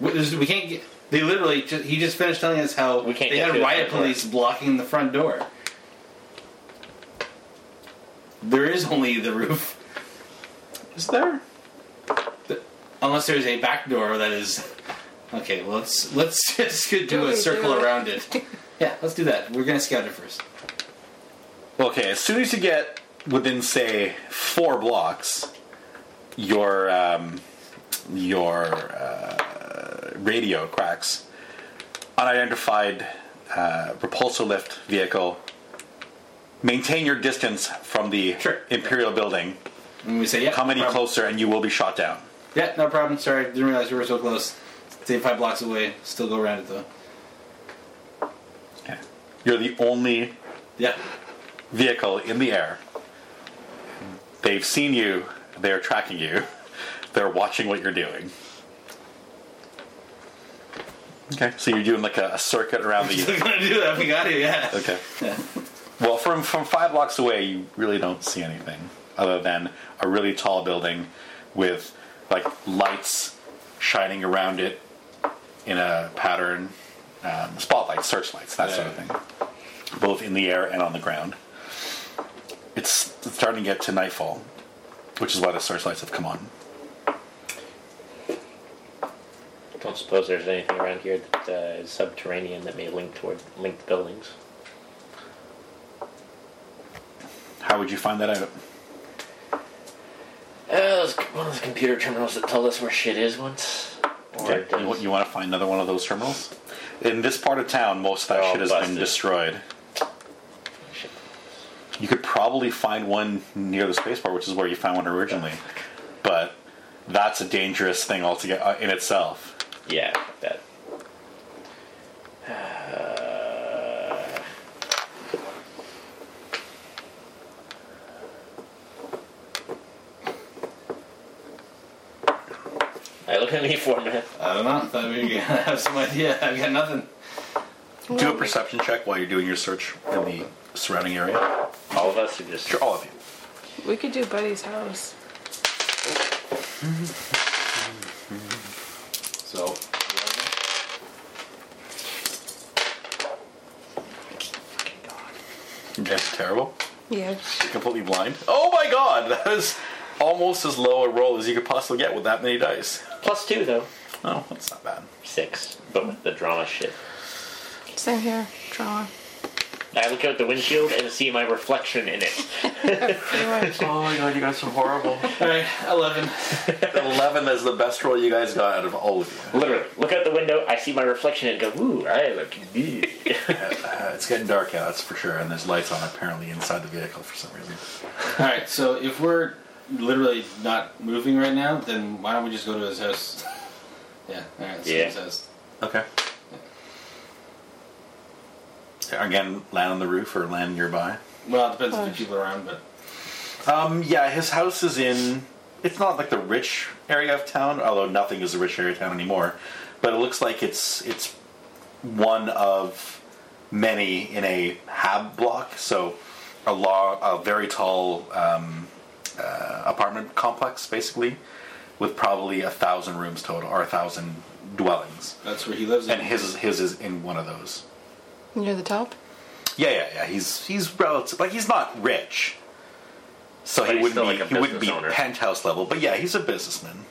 We, there's- we can't get. They literally. Just, he just finished telling us how
We can't
they
get
had
through the
riot
front door.
police blocking the front door. There is only the roof.
Is there?
The- Unless there's a back door that is. Okay, well, let's let's just do a
it,
circle
do it.
around it. Yeah, let's do that. We're gonna scout it first.
Okay, as soon as you get within, say, four blocks, your um, your uh, radio cracks. Unidentified uh, repulsor lift vehicle. Maintain your distance from the
Sure.
Imperial building.
And we say, yeah.
Come any
no problem.
closer, and you will be shot down.
Yeah, no problem. Sorry, didn't realize we were so close. Stay five blocks away. Still go around it though.
You're the only
Yeah.
vehicle in the air. They've seen you. They're tracking you. They're watching what you're doing. Okay, so you're doing like a, a circuit
Oh,
around the.
Still gonna do that. We got it. Yeah.
Okay. Well, from from five blocks away, you really don't see anything other than a really tall building with like lights shining around it in a pattern, um, spotlights, searchlights, that sort of thing, both in the air and on the ground. It's, it's starting to get to nightfall, which is why the searchlights have come on.
Don't suppose there's anything around here that uh, is subterranean that may link toward linked buildings.
How would you find that out?
Uh, it was one of those computer terminals that told us where shit is once. Or it
You,
does.
you want to find another one of those terminals? In this part of town, most of that
Oh,
shit has
busted.
been destroyed.
Shit.
You could probably find one near the spaceport, which is where you found one originally. But that's a dangerous thing altogether uh, in itself.
Yeah, fuck that. Uh, I look at me for a minute.
I don't know. I thought we were gonna have some idea. I've got nothing.
Do a perception check while you're doing your search in the surrounding area.
All of us are just.
Sure, all of you.
We could do Buddy's house.
So.
That's terrible.
Yeah.
Completely blind. Oh my god, that is almost as low a roll as you could possibly get with that many dice.
Plus two, though.
Oh, that's not bad.
Six. But with the drama shit.
Same here. Trauma.
I look out the windshield and see my reflection in it.
Oh my god, you guys are horrible.
All right. Eleven.
11 is the best roll you guys got out of all of you.
Literally, look out the window. I see my reflection and go, "Ooh, I look good."
Uh, it's getting dark out, that's for sure, and there's lights on apparently inside the vehicle for some reason.
All right. So if we're literally not moving right now, then why don't we just go to his house? Yeah. All right. Let's go to his
Yeah.
house.
Okay. Again, land on the roof or land nearby.
Well, it depends if there's people around, but
Um, yeah, his house is in. It's not like the rich area of town, although nothing is a rich area of town anymore. But it looks like it's it's one of many in a hab block, so a long, a very tall um, uh, apartment complex, basically, with probably a thousand rooms total or a thousand dwellings,
that's where he lives.
and his his is in one of those.
Near the top?
Yeah, yeah, yeah. He's he's relative like he's not rich, so
But
he
he's
wouldn't
still,
be
like, a
he wouldn't be
business owner.
penthouse level. But yeah, he's a businessman.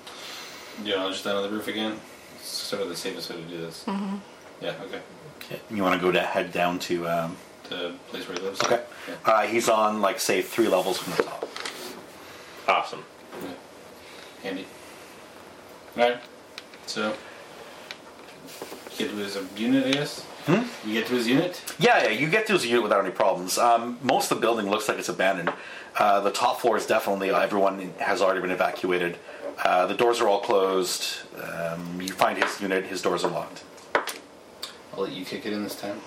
Yeah. I'll just down on the roof again. It's sort of the safest way to do this. Mm-hmm. Yeah. Okay.
You want to go to head down to um,
The place where he lives.
okay.
Yeah.
Uh, he's on like say three levels from the top.
awesome.
Yeah. Handy. Alright. So get to his unit, I guess? Hmm? You get to his unit?
Yeah, yeah. You get to his unit without any problems. Um, most of the building looks like it's abandoned. Uh, the top floor is definitely uh, everyone has already been evacuated. Uh, the doors are all closed. Um, you find his unit. His doors are locked.
I'll let you kick it in this time.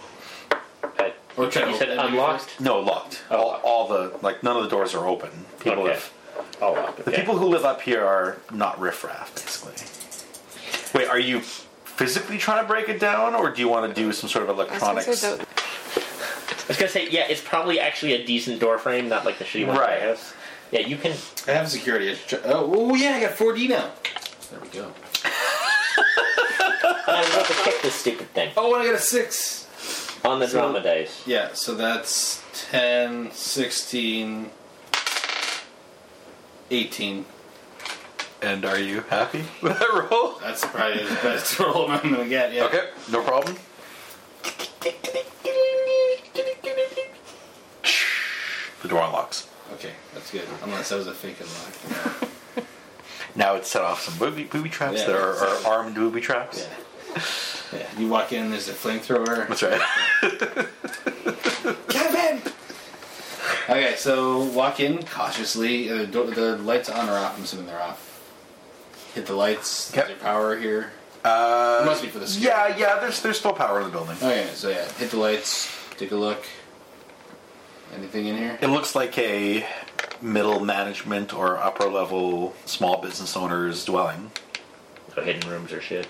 Uh,
Or try to
you said
open it
unlocked.
No, locked.
Oh,
all,
locked.
all the like none of the doors are open. People
Okay.
have
I'll lock it.
The people who live up here are not riffraff, basically. Wait, are you physically trying to break it down, or do you want to do some sort of
I was gonna say
electronics?
the-
I was gonna say, yeah, it's probably actually a decent door frame, not like the shitty one.
Right.
I guess. Yeah, you can.
I have security. I should try- oh, oh, yeah, I got 4D now. There we go.
I was about to kick this stupid thing
Oh, and I got a 6.
on the
So-
drama dice.
Yeah, so that's 10, 16, 18.
And are you happy with that roll?
That's probably the best roll I'm gonna get. Yeah.
Okay, no problem. The door unlocks.
Okay, that's good. Unless that was a fake unlock.
Now it's set off some booby, booby traps
Yeah,
that are, are
exactly.
armed booby traps.
Yeah. Yeah. You walk in, there's a flamethrower.
That's right.
Kevin. Okay, so walk in cautiously. The, do- the lights on or off? I'm assuming they're off. Hit the lights.
Yep.
Is there power here?
Uh,
It must be for the scare.
yeah, yeah. There's there's still power in the building.
Okay, so yeah, hit the lights. Take a look. Anything in here?
It looks like a middle management or upper level small business owner's dwelling.
No hidden rooms or shit.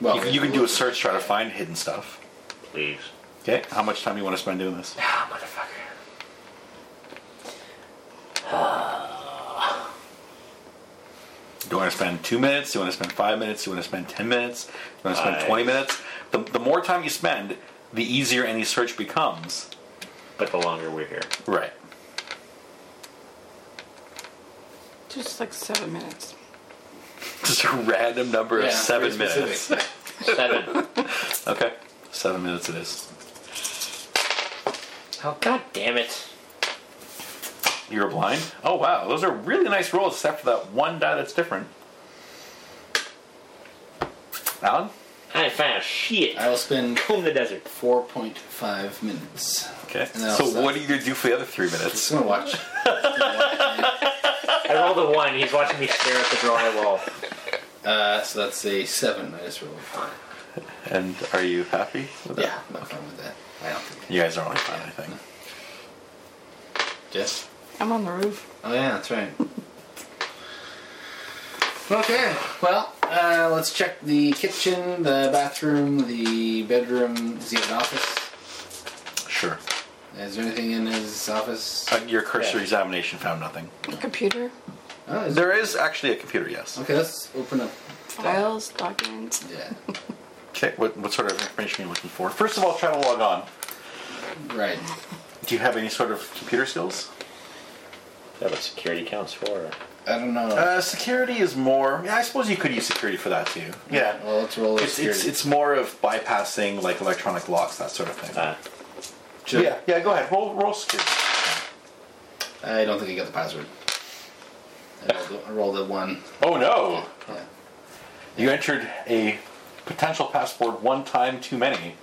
Well,
You, can- you can do a search, try to find hidden stuff.
Please.
Okay, how much time you want to spend doing this?
Ah, motherfucker.
Do you want to spend two minutes? Do you want to spend five minutes? Do you want to spend ten minutes? Do you want to spend
I-
twenty minutes? The, the more time you spend, the easier any search becomes.
But the longer we're here.
Right.
Just like seven minutes.
Just a random number
Yeah,
of seven
very specific.
minutes.
Seven.
Okay, seven minutes it is.
oh, god damn it.
You're blind. Oh wow, those are really nice rolls, except for that one die that's different. Alan.
I found shit.
I will spend
Comb the desert.
4.5 minutes.
Okay.
And then I'll
So
stop.
what are you gonna do for the other three
Just
minutes?
gonna watch.
I rolled a one. He's watching me stare at the drawing wall.
Uh, so that's a seven. I just rolled.
And are you happy with that?
Yeah, I'm not fine with that. I don't think.
You guys don't really find anything.
Jess.
I'm on the roof.
Oh yeah, that's right. okay. Well, uh, let's check the kitchen, the bathroom, the bedroom. Does he have an office?
Sure.
Is there anything in his office?
Uh, your cursory
Yeah.
examination found nothing.
The computer,
Oh, is
There is actually a computer. Yes.
Okay, let's open up.
files, documents.
Yeah.
Okay. What, what sort of information are you looking for? First of all, try to log on.
Right.
Do you have any sort of computer skills?
Yeah, but security counts for.
I don't know.
Uh, security is more. Yeah, I suppose you could use security for that too. Yeah.
well, let's roll.
It's, it's
security.
it's more of bypassing like electronic locks that sort of thing.
Uh,
Sure.
Yeah, yeah. Go ahead. Roll roll security.
I don't think he got the password. I rolled, I rolled a one.
Oh no!
Yeah.
You entered a potential passport one time too many,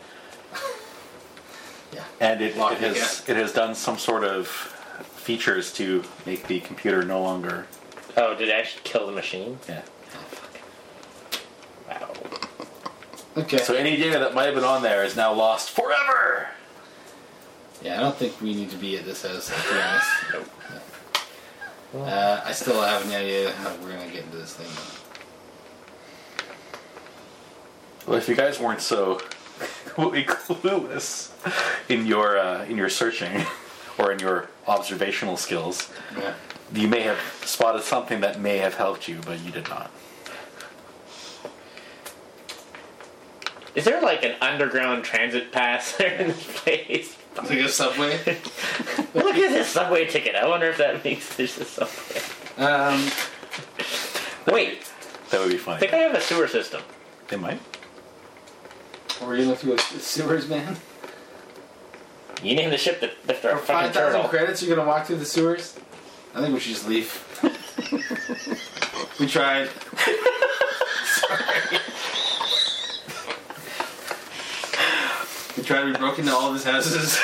Yeah.
and it,
Lock
it has it has done some sort of features to make the computer no longer.
oh, did I actually kill the machine?
Yeah.
Wow.
Okay.
So any data that might have been on there is now lost forever.
yeah, I don't think we need to be at this house, to be honest. Uh, I still have no idea how we're gonna get into this thing.
Well, if you guys weren't so completely clueless in your uh, in your searching or in your observational skills,
Yeah.
you may have spotted something that may have helped you, but you did not.
Is there like an underground transit pass there in this place?
It's like a subway.
Look at this subway ticket. I wonder if that makes this a subway.
um,
Wait,
That would be
I
funny.
think I have a sewer system.
They might.
we're gonna have to go to the sewers, man.
You name the ship that left our
For
fucking
five thousand
turtle.
credits, you're gonna walk through the sewers. I think we should just leave. we tried. Sorry. We tried. We broke into all of his houses.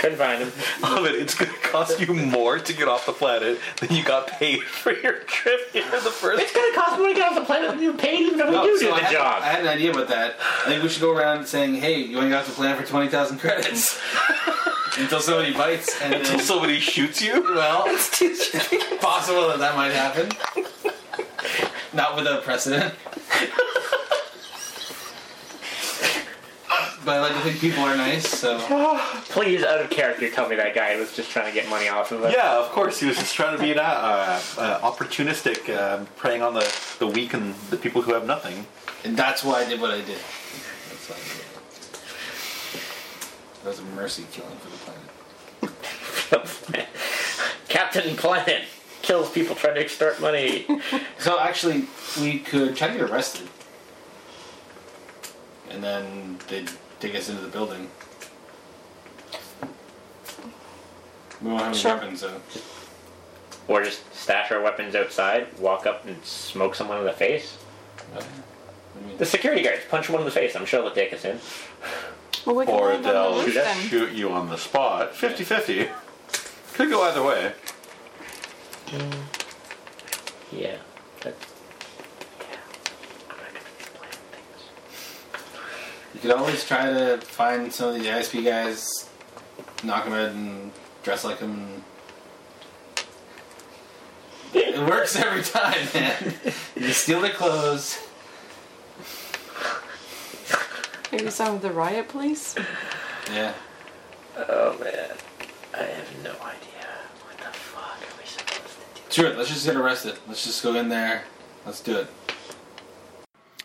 Couldn't find him.
Love it. It's going to cost you more to get off the planet than you got paid for your trip here the
It's
first.
gonna cost me to get off the planet and you paid even if we do
so
do
I
the
had,
job.
I had an idea about that. I think we should go around saying, "Hey, you only got to plan for twenty thousand credits." Until somebody bites, and
Until
then,
somebody shoots you.
well, it's possible that that might happen. Not without precedent. but I like to think people are nice, so
Please, out of character, tell me that guy was just trying to get money off of us.
Yeah, of course. He was just trying to be an, uh, uh, opportunistic, uh, preying on the, the weak and the people who have nothing.
and that's why I did what I did. That's why I did. it. That was a mercy killing for the planet.
Captain Planet. kills people trying to extort money.
So actually, we could try to get arrested, and then they'd take us into the building. We won't have any
Sure.
weapons, so
or just stash our weapons outside, walk up and smoke someone in the face.
I mean,
The security guards punch one in the face. I'm sure they'll take us in.
Well, we can
Or
land on the
they'll
roof then.
shoot you on the spot. 50 50. Could go either way.
Yeah. That,
you could always try to find some of these ISP guys, knock them out, and dress like them. It works every time, man. you steal their clothes.
Maybe some of the riot police.
Yeah.
oh man, I have no idea. What the fuck are we supposed to do?
Sure, let's just get arrested. Let's just go in there. Let's do it.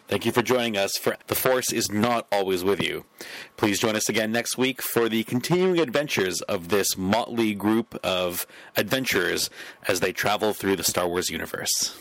Thank you for joining us for The Force is Not Always With You. Please join us again next week for the continuing adventures of this motley group of adventurers as they travel through the Star Wars universe.